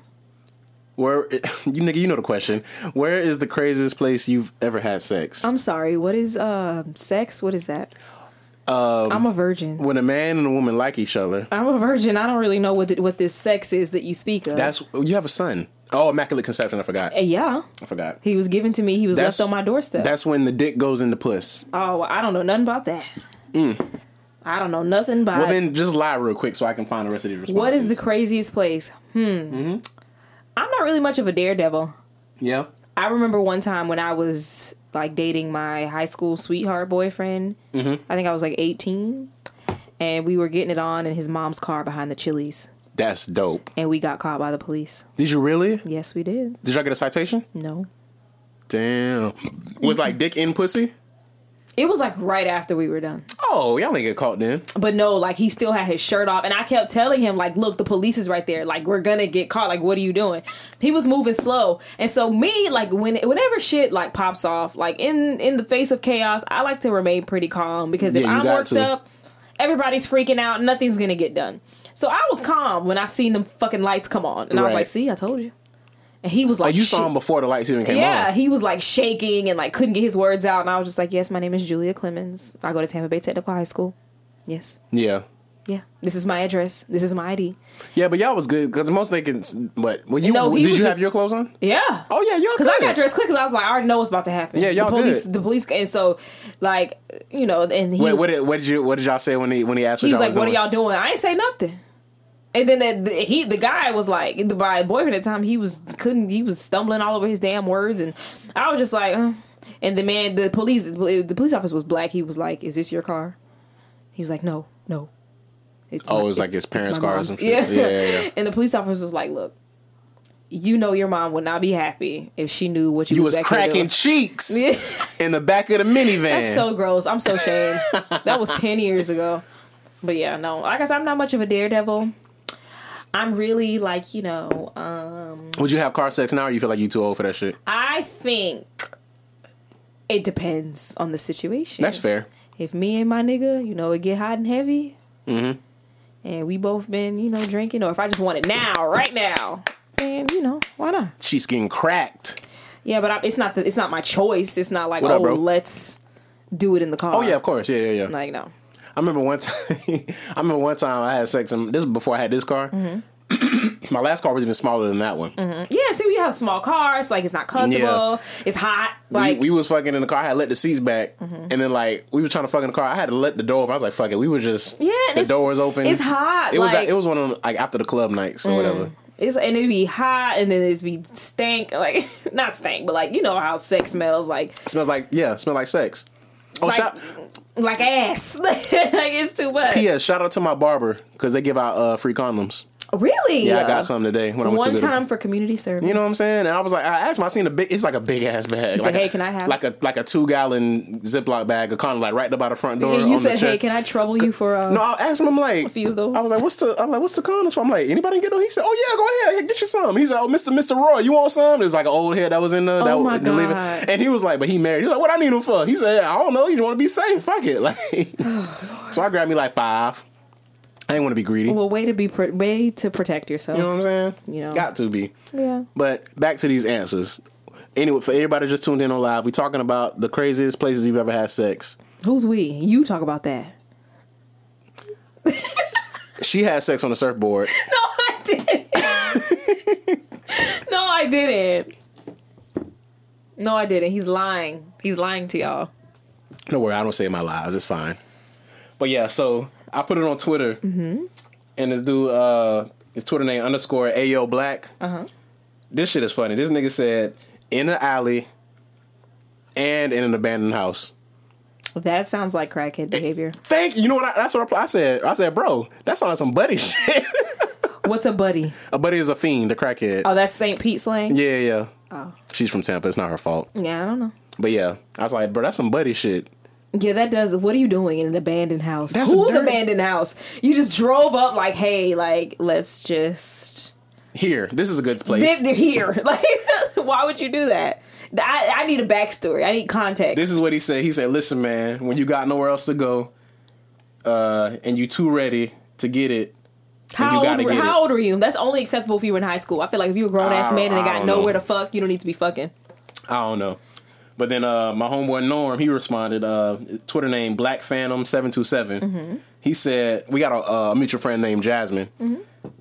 where you nigga? You know the question. Where is the craziest place you've ever had sex?
I'm sorry. What is uh, sex? What is that? Um, I'm a virgin.
when a man and a woman like each other.
I'm a virgin. I don't really know what the, what this sex is that you speak of.
That's you have a son. Oh, immaculate conception. I forgot.
Uh, yeah.
I forgot.
He was given to me. He was
That's-
left on my doorstep.
That's when the dick goes into puss.
oh, well, I don't know nothing about that. I don't know nothing about.
Mm. Well, then just lie real quick so I can find the rest of these responses.
what is the craziest place? Hmm.
Mm-hmm.
I'm not really much of a daredevil.
yeah?
I remember one time when I was like dating my high school sweetheart boyfriend. I think I was like 18, and we were getting it on in his mom's car behind the Chili's,
That's dope.
and we got caught by the police.
Did you really?
Yes, we did.
Did y'all get a citation?
No.
Damn. Was like dick in pussy?
It was like right after we were done.
Oh, y'all ain't get caught then.
But no, like he still had his shirt off, and I kept telling him, like, look, the police is right there. Like, we're gonna get caught. Like, what are you doing? He was moving slow, and so me, like, when whenever shit like pops off, like in in the face of chaos, I like to remain pretty calm because if
Yeah, you
I'm
got
worked
to.
up, everybody's freaking out, nothing's gonna get done. So I was calm when I seen them fucking lights come on, and I was
Right.
like, see, I told you. And he was like,
Oh, you
"Shit."
saw him before the lights even came
Yeah,
on.
he was like shaking and like couldn't get his words out, and I was just like, "Yes, my name is Julia Clemens. I go to Tampa Bay Technical High School. Yes,
Yeah.
yeah. This is my address. This is my ID.
Yeah, but y'all was good because most they can. But when you
No, he
did you
was
have
just-
your clothes on?
Yeah.
Oh yeah, y'all.
Cause I got
good.
dressed quick, cause I was like, I already know what's about to happen.
Yeah, y'all
the police,
good.
the police, and so, like, you know, and he
Wait,
was,
what did, what did you what did y'all say when he when he asked?
he was
what y'all
like, "What are
doing?
y'all doing?" I ain't say nothing. And then that the, he, the guy was like, the my boyfriend at the time, he was couldn't, he was stumbling all over his damn words, and I was just like, uh. and the man, the police, the police officer was black. He was like, "Is this your car?" He was like, "No, no." It's
Oh,
my-
it was like his parents'
my
cars
mom's."
and shit. Yeah, yeah, yeah.
And the police officer was like, "Look, you know your mom would not be happy if she knew what you,
You was
back here
cracking
doing."
cheeks
Yeah.
in the back of the minivan.
That's so gross. I'm so ashamed. that was 10 years ago. But yeah, no. Like I said, I'm not much of a daredevil. I'm really like, you know, um
Would you have car sex now, or you feel like you too old for that shit?
I think it depends on the situation.
That's fair.
If me and my nigga, you know, it get hot and heavy.
Mm-hmm.
And we both been, you know, drinking, or if I just want it now, right now, then you know, why not?
She's getting cracked.
Yeah, but I, it's not the, it's not my choice. It's not like,
What
oh,
up, bro?
let's do it in the car.
Oh yeah, of course. Yeah, yeah, yeah.
like no.
I remember one time. I remember one time I had sex. And this is before I had this car.
Mm-hmm.
My last car was even smaller than that one.
Yeah, see, we have small cars. Like, it's not comfortable. It's hot. Like, Mm-hmm.
we, we was fucking in the car. I had let the seats back, and then like we were trying to fuck in the car. I had to let the door. open. I was like, "Fuck it." We were just
Yeah, and
The
it's-
door was open.
it's hot,
It was
like- Mm.
it was one of them, like after the club nights or whatever.
it's and it'd be hot, and then it'd be stank. Like, not stank, but like you know how sex smells. Like,
It smells like yeah, it smells like sex. Oh,
Like-
shout
like ass. like, it's too much.
P.S. Shout out to my barber because they give out uh, free condoms.
Really?
Yeah, I got some today when I went
One
to the
time for community service.
You know what I'm saying? And I was like, I asked him. I seen a big. It's like a big ass bag.
said,
like
"Hey,
a,
can I have
like a like a two gallon Ziploc bag of condom, like right up by the front door?
Yeah, you
on
said,
the chair.
"Hey, can I trouble you for uh,
No, I asked him. I'm like,
few of those.
I was like, what's the? I'm like, what's the condoms? For? I'm like, anybody get no? He said, oh yeah, go ahead, Here, get you some. He's like, oh, Mister Mister Roy, you want some? There's like an old head that was in there. that
Oh, my
was leaving.
God.
And he was like, but he married. He's like, what I need him for? He said, I don't know. You want to be safe? Fuck it. Like, so I grabbed me like five. I didn't want to be greedy.
well, way to be pro- way to protect yourself.
you know what I'm saying?
You know.
got to be.
Yeah.
But back to these answers. Anyway, for everybody just tuned in on live, we talking about the craziest places you've ever had sex.
Who's we? You talk about that.
She had sex on a surfboard.
No, I didn't. no, I didn't. No, I didn't. He's lying. He's lying to y'all.
Don't worry, I don't say my lives. It's fine. But yeah, so I put it on Twitter, and this dude, uh, his Twitter name underscore Ayo Black. Uh-huh. This shit is funny. This nigga said in an alley and in an abandoned house.
That sounds like crackhead behavior.
Thank you. You know what? I, that's what I, I said. I said, bro, that sounds like some buddy shit.
What's a buddy?
a buddy is a fiend, a crackhead.
Oh, that's St. Pete slang?
Yeah, yeah. She's from Tampa. It's not her fault.
Yeah, I don't know.
But yeah, I was like, bro, that's some buddy shit.
Yeah, that does. What are you doing in an abandoned house?
That's
Who's
dirty.
abandoned house? You just drove up like, hey, like, let's just.
Here, this is a good place.
They're
This,
they're here. Like, why would you do that? I, I need a backstory. I need context.
is what he said. He said, listen, man, when you got nowhere else to go, uh, and you too ready to get it,
How,
you
old,
gotta
were-
get
how
it.
old are you? That's only acceptable if you were in high school. I feel like if you were a grown ass
I-
man and
I
they got
don't know.
nowhere to fuck, you don't need to be fucking.
I don't know. But then uh, my homeboy Norm, he responded, uh, Twitter name Black Phantom seven two seven. He said we got a, a mutual friend named Jasmine, and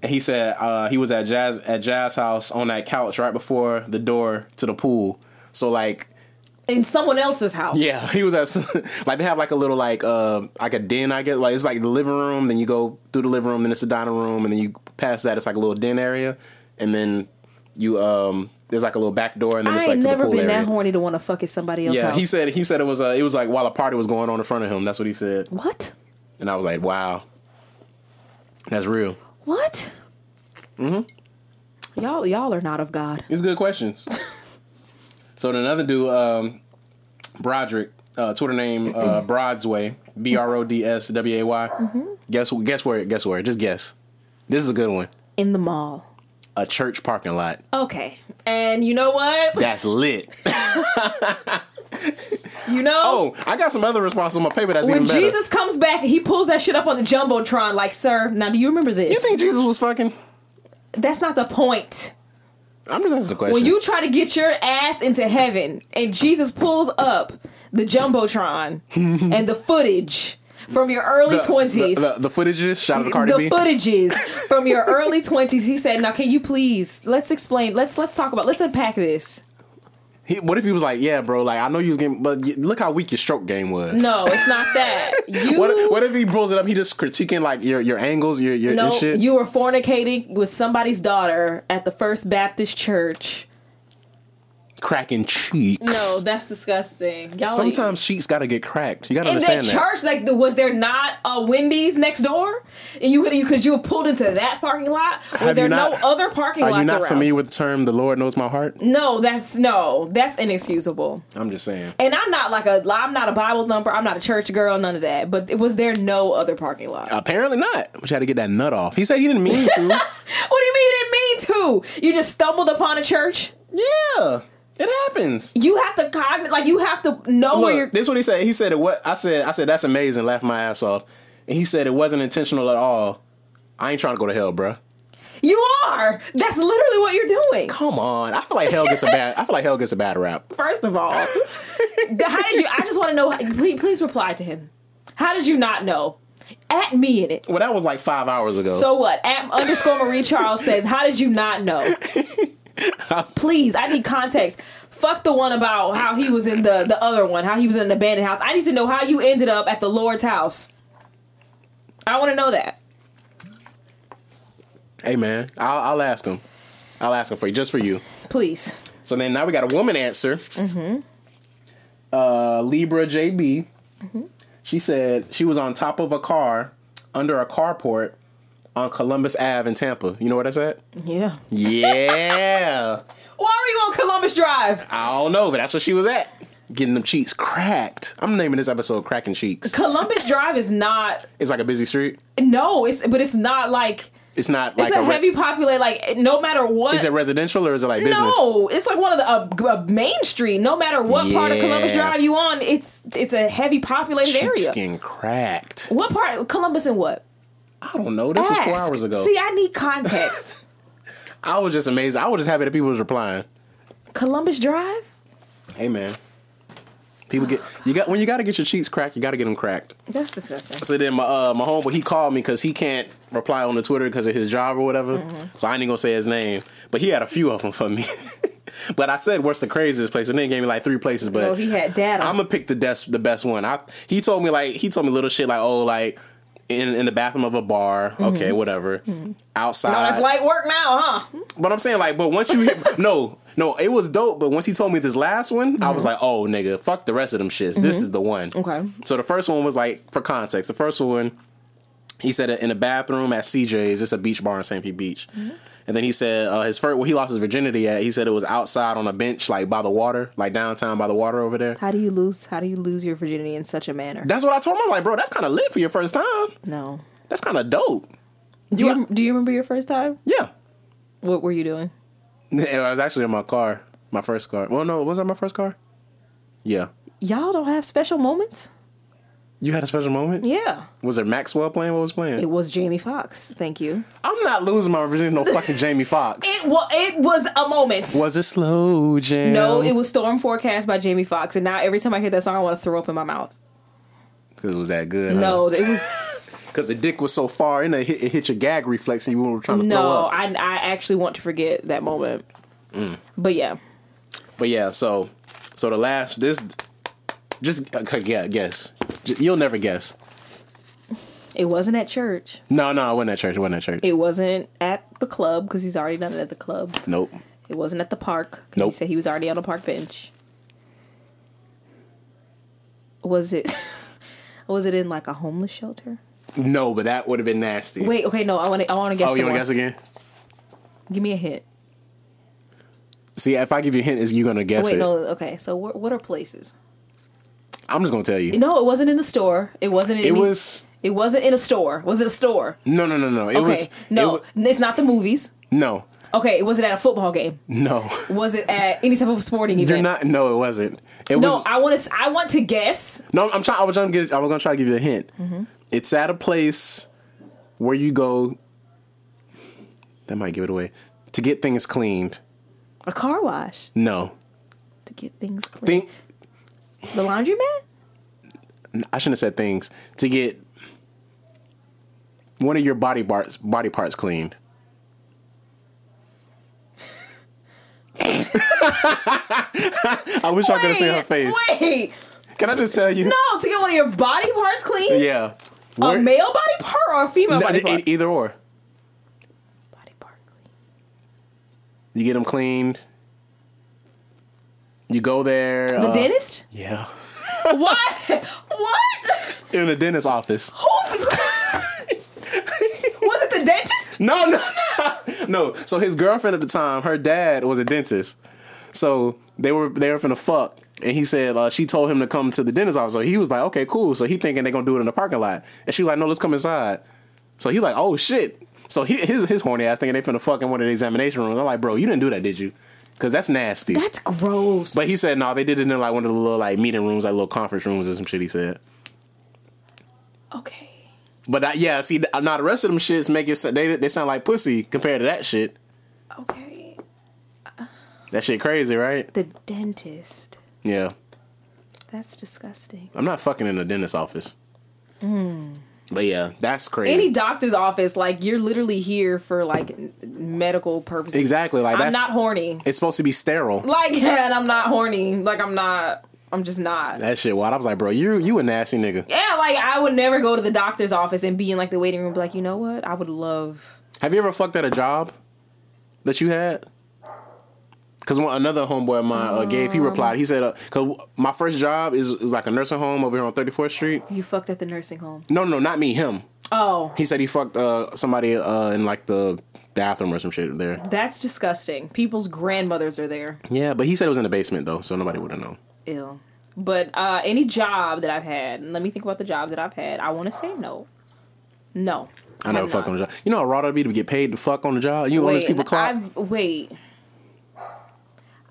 he said uh, he was at Jazz at Jazz house on that couch right before the door to the pool. So like
In someone else's house.
Yeah, he was at like they have like a little like uh like a den I guess like it's like the living room. Then you go through the living room, then it's the dining room, and then you pass that it's like a little den area, and then you um there's like a little back door, and then
I
it's
ain't
like to the
never
pool
been
area.
that horny to want to fuck at somebody else's
yeah,
house.
he said he said it was uh it was like while a party was going on in front of him. That's what he said,
what?
and I was like, wow, that's real.
What? Mm-hmm. Y'all, y'all are not of God.
These good questions. so then another dude, um, Broderick uh, Twitter name uh, Broadsway, B R O D S W A
Mm-hmm.
Y. Guess wh- guess where? Guess where? Just guess. This is a good one.
in the mall.
A church parking lot.
Okay, and you know what?
That's lit.
Oh. you know.
oh, I got some other responses on my paper. That's
when
even better.
Jesus comes back and he pulls that shit up on the jumbotron, like, sir, now do you remember this?
you think Jesus was fucking?
That's not the point.
I'm just asking a question.
When you try to get your ass into heaven and Jesus pulls up the jumbotron and the footage from your early
the,
twenties, the,
the, the, the footages. Shout out to Cardi B.
footages from your early twenties, he said, "Now, can you please let's explain? Let's let's talk about let's unpack this."
He, what if he was like, "Yeah, bro, like I know you was getting, but y- look how weak your stroke game was."
No, it's not that. You
What, what if he pulls it up? He just critiquing like your your angles, your your
no,
and shit.
you were fornicating with somebody's daughter at the First Baptist Church.
cracking cheeks.
No, that's disgusting. Y'all
Sometimes cheeks gotta get cracked. You gotta
in that
understand that.
church, like, the, was there not a Wendy's next door? And you could you could you have pulled into that parking lot? Were
Have
there
you not-
no other parking
Are
lots
you not
around?
familiar with the term "the Lord knows my heart"?
No, that's no, that's inexcusable.
I'm just saying.
And I'm not like a I'm not a Bible thumper. I'm not a church girl. None of that. But was there no other parking lot?
Apparently not. But you had to get that nut off. He said he didn't mean to.
what do you mean you didn't mean to? You just stumbled upon a church.
yeah, it happens.
You have to cogn like you have to know where you're.
Look, this is what he said. He said it. What I said. I said that's amazing. Laughed my ass off. And he said it wasn't intentional at all. I ain't trying to go to hell, bruh.
you are. That's literally what you're doing.
Come on. I feel like hell gets a bad. I feel like hell gets a bad rap.
First of all, the- how did you? I just want to know. Please, please reply to him. How did you not know? At me in it.
Well, that was like five hours ago.
So what? At underscore Marie Charles says, how did you not know? Please, I need context. Fuck the one about how he was in the the other one, how he was in an abandoned house. I need to know how you ended up at the Lord's house. I want to know that.
hey, man, I'll, I'll ask him. I'll ask him for you, just for you.
Please.
So then now we got a woman answer. Uh, Libra JB. She said she was on top of a car under a carport on Columbus Ave in Tampa. You know what I said?
Yeah.
Yeah.
Why were you on Columbus Drive?
I don't know, but that's where she was at. Getting them cheeks cracked. I'm naming this episode Cracking Cheeks.
Columbus Drive is not
It's like a busy street.
no, it's but it's not like
It's not like
it's a,
re-
heavy populated like no matter what
Is it residential or is it like business?
no it's like one of the a, a main street no matter what part of columbus
Yeah.
drive you on it's it's a heavy populated
Cheeks
area
getting cracked.
what part columbus and what
I don't know. This was four
Ask.
hours ago.
see i need context
I was just amazed. I was just happy that people was replying.
columbus drive
Hey man, people get you got when you got to get your cheeks cracked, you got to get them cracked.
that's disgusting
So then my uh, my homeboy he called me because he can't reply on the Twitter because of his job or whatever. So I ain't even gonna say his name, but he had a few of them for me. but I said what's the craziest place, and then he gave me like three places. But
oh he had data
I'm gonna pick the best the best one. I he told me like he told me little shit like oh like in in the bathroom of a bar, okay, whatever. Outside,
oh, that's light work now huh
but I'm saying like, but once you hit, no, no, it was dope. But once he told me this last one, I was like, oh nigga, fuck the rest of them shits. This is the one.
Okay.
So the first one was like for context. The first one, he said in a bathroom at CJ's. It's a beach bar in St. Pete Beach. And then he said uh, his first, where he lost his virginity at. He said it was outside on a bench, like by the water, like downtown by the water over there.
how do you lose how do you lose your virginity in such a manner
That's what I told him. I was like, bro, that's kind of lit for your first time.
no
That's kind of dope.
do you, do you remember your first time
Yeah.
what were you doing
And I was actually in my car, my first car. Well, no, was that my first car? Yeah.
y'all don't have special moments
You had a special moment?
yeah
Was there Maxwell playing? What was
it
playing?
was jamie Foxx. thank you
I'm not losing my virginity to no fucking Jamie Foxx.
it was it was a moment
Was it slow jam?
No, it was Storm Forecast by Jamie Foxx, and now every time I hear that song, I want to throw up in my mouth.
because it was that good.
No, it was
because the dick was so far in it hit, it hit your gag reflex and you were trying to throw
no.
up. Mm.
I I actually want to forget that moment. But yeah,
But yeah, so so the last this just uh, yeah guess J- you'll never guess.
it wasn't at church.
No, no, I wasn't at church. I wasn't at church.
It wasn't at the club because he's already done it at the club.
nope.
It wasn't at the park. 'cause
Nope.
He said he was already on a park bench. Was it? was it in like a homeless shelter?
No, but that would have been nasty.
Wait, okay, no. I want to. I want to guess.
oh, you want
someone.
to guess again?
Give me a hint.
See, if I give you a hint, is you gonna guess
Wait,
it?
no. Okay, so what? What are places?
I'm just gonna tell you.
No, it wasn't in the store. It wasn't. In
It
any-
was
It wasn't in a store. Was it a store?
no, no, no, no. It
okay.
was
no,
it wa-
it's not the movies.
no,
Okay. Was it at a football game?
no.
Was it at any type of sporting event?
You're not. No, it wasn't. It
no,
was
I want to. I want to guess.
no. I'm trying. I was trying to get. I was gonna try to give you a hint.
Mm-hmm.
It's at a place where you go. That might give it away. To get things cleaned.
A car wash
No.
to get things clean.
Think.
The laundromat.
I shouldn't have said things. To get one of your body parts body parts cleaned. I wish I could have seen her face.
Wait,
Can I just tell you?
no, to get one of your body parts clean.
Yeah.
A
Where-
male body part or a female
No,
body
e-
part?
either or.
body part clean.
You get them cleaned. You go there.
The
uh,
dentist?
Yeah.
What? what?
In the dentist office.
Who? was it the dentist?
No, no, no. So his girlfriend at the time, her dad was a dentist. So they were they were finna fuck, and he said uh, she told him to come to the dentist office. So he was like, okay, cool. So he thinking they gonna do it in the parking lot, and she was like, no, let's come inside. So he like, oh shit. So he, his his horny ass thinking they finna fuck in one of the examination rooms. I'm like, bro, you didn't do that, did you? Because that's nasty.
That's gross.
but he said, no, they did it in like one of the little like meeting rooms, like little conference rooms or some shit. He said.
okay.
But I, yeah, see, th- now the rest of them shits make it s- they they sound like pussy compared to that shit.
Okay.
That shit crazy, right?
The dentist.
Yeah.
That's disgusting.
I'm not fucking in the dentist office. But yeah, that's crazy.
Hmm. Any doctor's office, like you're literally here for like n- medical purposes.
exactly. Like
I'm
that's
not horny.
it's supposed to be sterile.
Like, and I'm not horny. Like, I'm not. I'm just not.
That shit wild. I was like, bro, you you a nasty nigga.
Yeah, like I would never go to the doctor's office and be in like the waiting room. Be like, you know what? I would love.
Have you ever fucked at a job that you had? Cause one, another homeboy of mine, uh, Gabe, he replied. He said, uh, "Cause my first job is, is like a nursing home over here on 34th Street.
You fucked at the nursing home.
No, no, not me. Him.
Oh,
He said he fucked uh, somebody uh, in like the bathroom or some shit there.
that's disgusting. People's grandmothers are there.
Yeah, but he said it was in the basement though, so nobody would have known.
Ill. But uh, any job that I've had, and let me think about the jobs that I've had. I want to say no. No.
I never
I've
fucked
not.
on the job. You know how raw that'd be to get paid to fuck on the job? You know, those
Wait,
people clock.
I've, wait.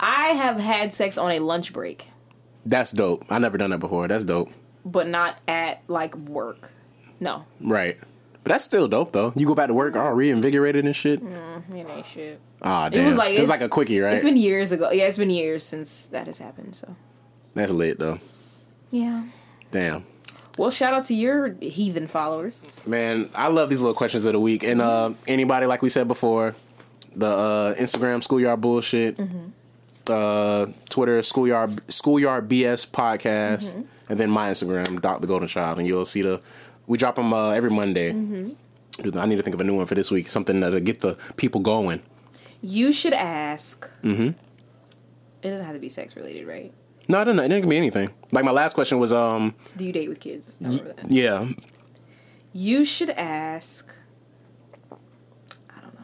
I have had sex on a lunch break,
That's dope. I never done that before. That's dope.
but not at like work. No,
Right. But that's still dope though. You go back to work all reinvigorated and shit.
it ain't shit.
Ah, damn. It
was
was
like-
like, it was
it's-
like a quickie, right?
It's been years ago. Yeah, it's been years since that has happened. So
that's lit though.
yeah.
Damn.
Well, shout out to your heathen followers.
Man, I love these little questions of the week. And uh, anybody, like we said before, the uh, Instagram schoolyard bullshit,
Mm-hmm.
uh, Twitter schoolyard schoolyard BS podcast,
Mm-hmm.
and then my Instagram, Doc the Golden Child, and you'll see the we drop them uh, every Monday.
Mm-hmm.
Dude, I need to think of a new one for this week, something that'll get the people going.
You should ask. Mm-hmm. It doesn't have to be sex related, right?
No, I don't know. It didn't be anything. Like my last question was, um,
Do you date with kids? I remember that.
yeah,
You should ask. I don't know.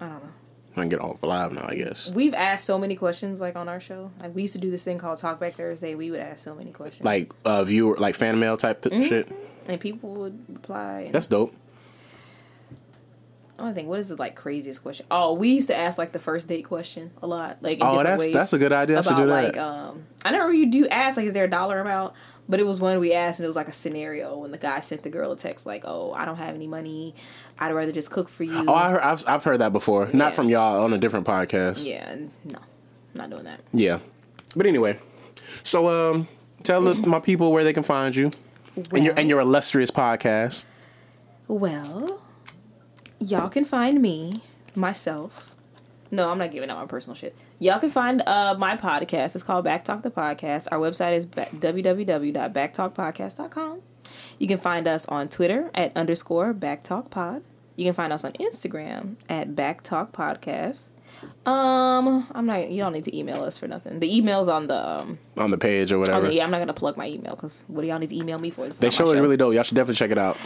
I don't know.
I can get off live now, I guess.
We've asked so many questions, like on our show. Like we used to do this thing called Talk Back Thursday. We would ask so many questions,
Like uh, viewer, like fan mail type th-
Mm-hmm.
shit.
and people would reply. And
That's dope.
I don't think what is the like craziest question? Oh, we used to ask like the first date question a lot. Like in
Oh,
different
that's
ways.
that's a good idea. I should
about
do that.
like um I never you do ask like is there a dollar amount but it was one we asked and it was like a scenario when the guy sent the girl a text like oh I don't have any money I'd rather just cook for you
Oh, I heard, I've I've heard that before.
Yeah.
Not from y'all on a different podcast.
yeah and no I'm not doing that
Yeah. But anyway, so um, tell the, my people where they can find you and your and your illustrious podcast.
well y'all can find me myself no I'm not giving out my personal shit y'all can find uh my podcast it's called Back Talk the podcast our website is ba- www.backtalkpodcast.com You can find us on Twitter at underscore backtalkpod. You can find us on Instagram at backtalkpodcast. Um, I'm not. You don't need to email us for nothing. The email's on the. Um,
On the page or whatever.
on the- yeah, I'm not gonna plug my email because what do y'all need to email me for? This is
They
not my
show is really dope. Y'all should definitely check it out.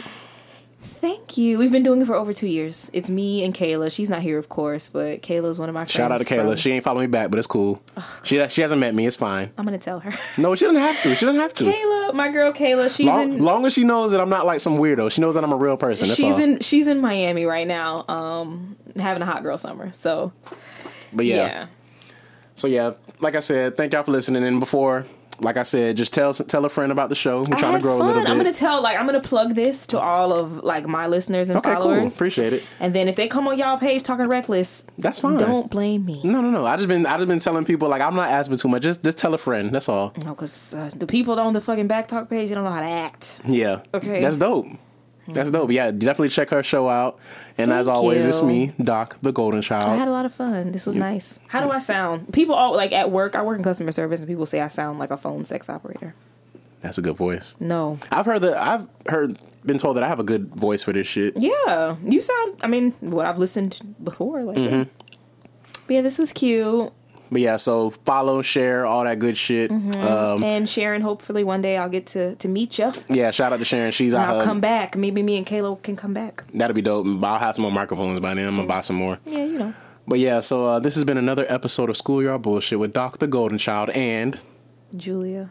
Thank you. We've been doing it for over two years. It's me and Kayla. She's not here, of course, but Kayla's one of my friends.
Shout out to Kayla.
from-
She ain't following me back, but it's cool. She she hasn't met me. It's fine.
I'm gonna tell her.
No, she doesn't have to. She doesn't have to.
Kayla, my girl Kayla. She's
long,
in.
long as she knows that I'm not like some weirdo. She knows that I'm a real person. That's
she's
all.
in. She's in Miami right now. Um, having a hot girl summer. So
but
yeah.
yeah. So yeah, like I said, thank y'all for listening. And before, like I said, just tell tell a friend about the show. We're
I
trying to
had
grow
fun.
a little bit.
I'm gonna tell like I'm gonna plug this to all of like my listeners and
okay, cool.
followers.
Appreciate it.
and then if they come on y'all page talking reckless,
That's fine.
don't blame me.
No, no, no. I just been I just been telling people like I'm not asking too much. Just just tell a friend. That's all.
No, because uh, the people on the fucking back talk page, they don't know how to act.
Yeah.
Okay.
That's dope. That's dope. Yeah, definitely check her show out. And as
Thank
always,
you.
it's me, Doc, the Golden
I
Child.
had a lot of fun. This was nice. How do I sound? People all like at work. I work in customer service, and people say I sound like a phone sex operator.
That's a good voice.
No.
I've heard that. I've heard been told that I have a good voice for this shit.
Yeah, you sound. I mean, what I've listened to before, like.
Mm-hmm.
that. But yeah, this was cute.
But yeah, so follow, share, all that good shit.
Mm-hmm.
Um,
and Sharon, hopefully one day I'll get to to meet you.
yeah, shout out to Sharon. She's
And I'll
out.
come back. Maybe me and Kayla can come back.
That'll be dope. I'll have some more microphones by then. I'm gonna buy some more.
Yeah, you know.
But yeah, so uh, this has been another episode of Schoolyard Bullshit with Doc the Golden Child and
Julia.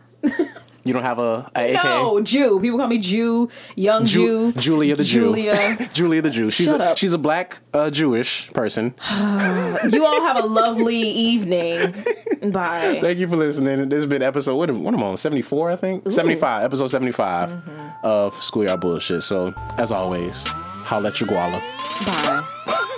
you don't have a, a AKA?
No, Jew. People call me Jew, young
Ju-
Jew.
Julia the Jew.
Julia.
Julia the Jew. She's
Shut
a,
up.
she's a black uh, Jewish person.
you all have a lovely evening. Bye.
Thank you for listening. This has been episode what am, what am I on? 74, I think. 75, episode 75
Mm-hmm.
of Schoolyard Bullshit. So as always, holla at your guala.
Bye.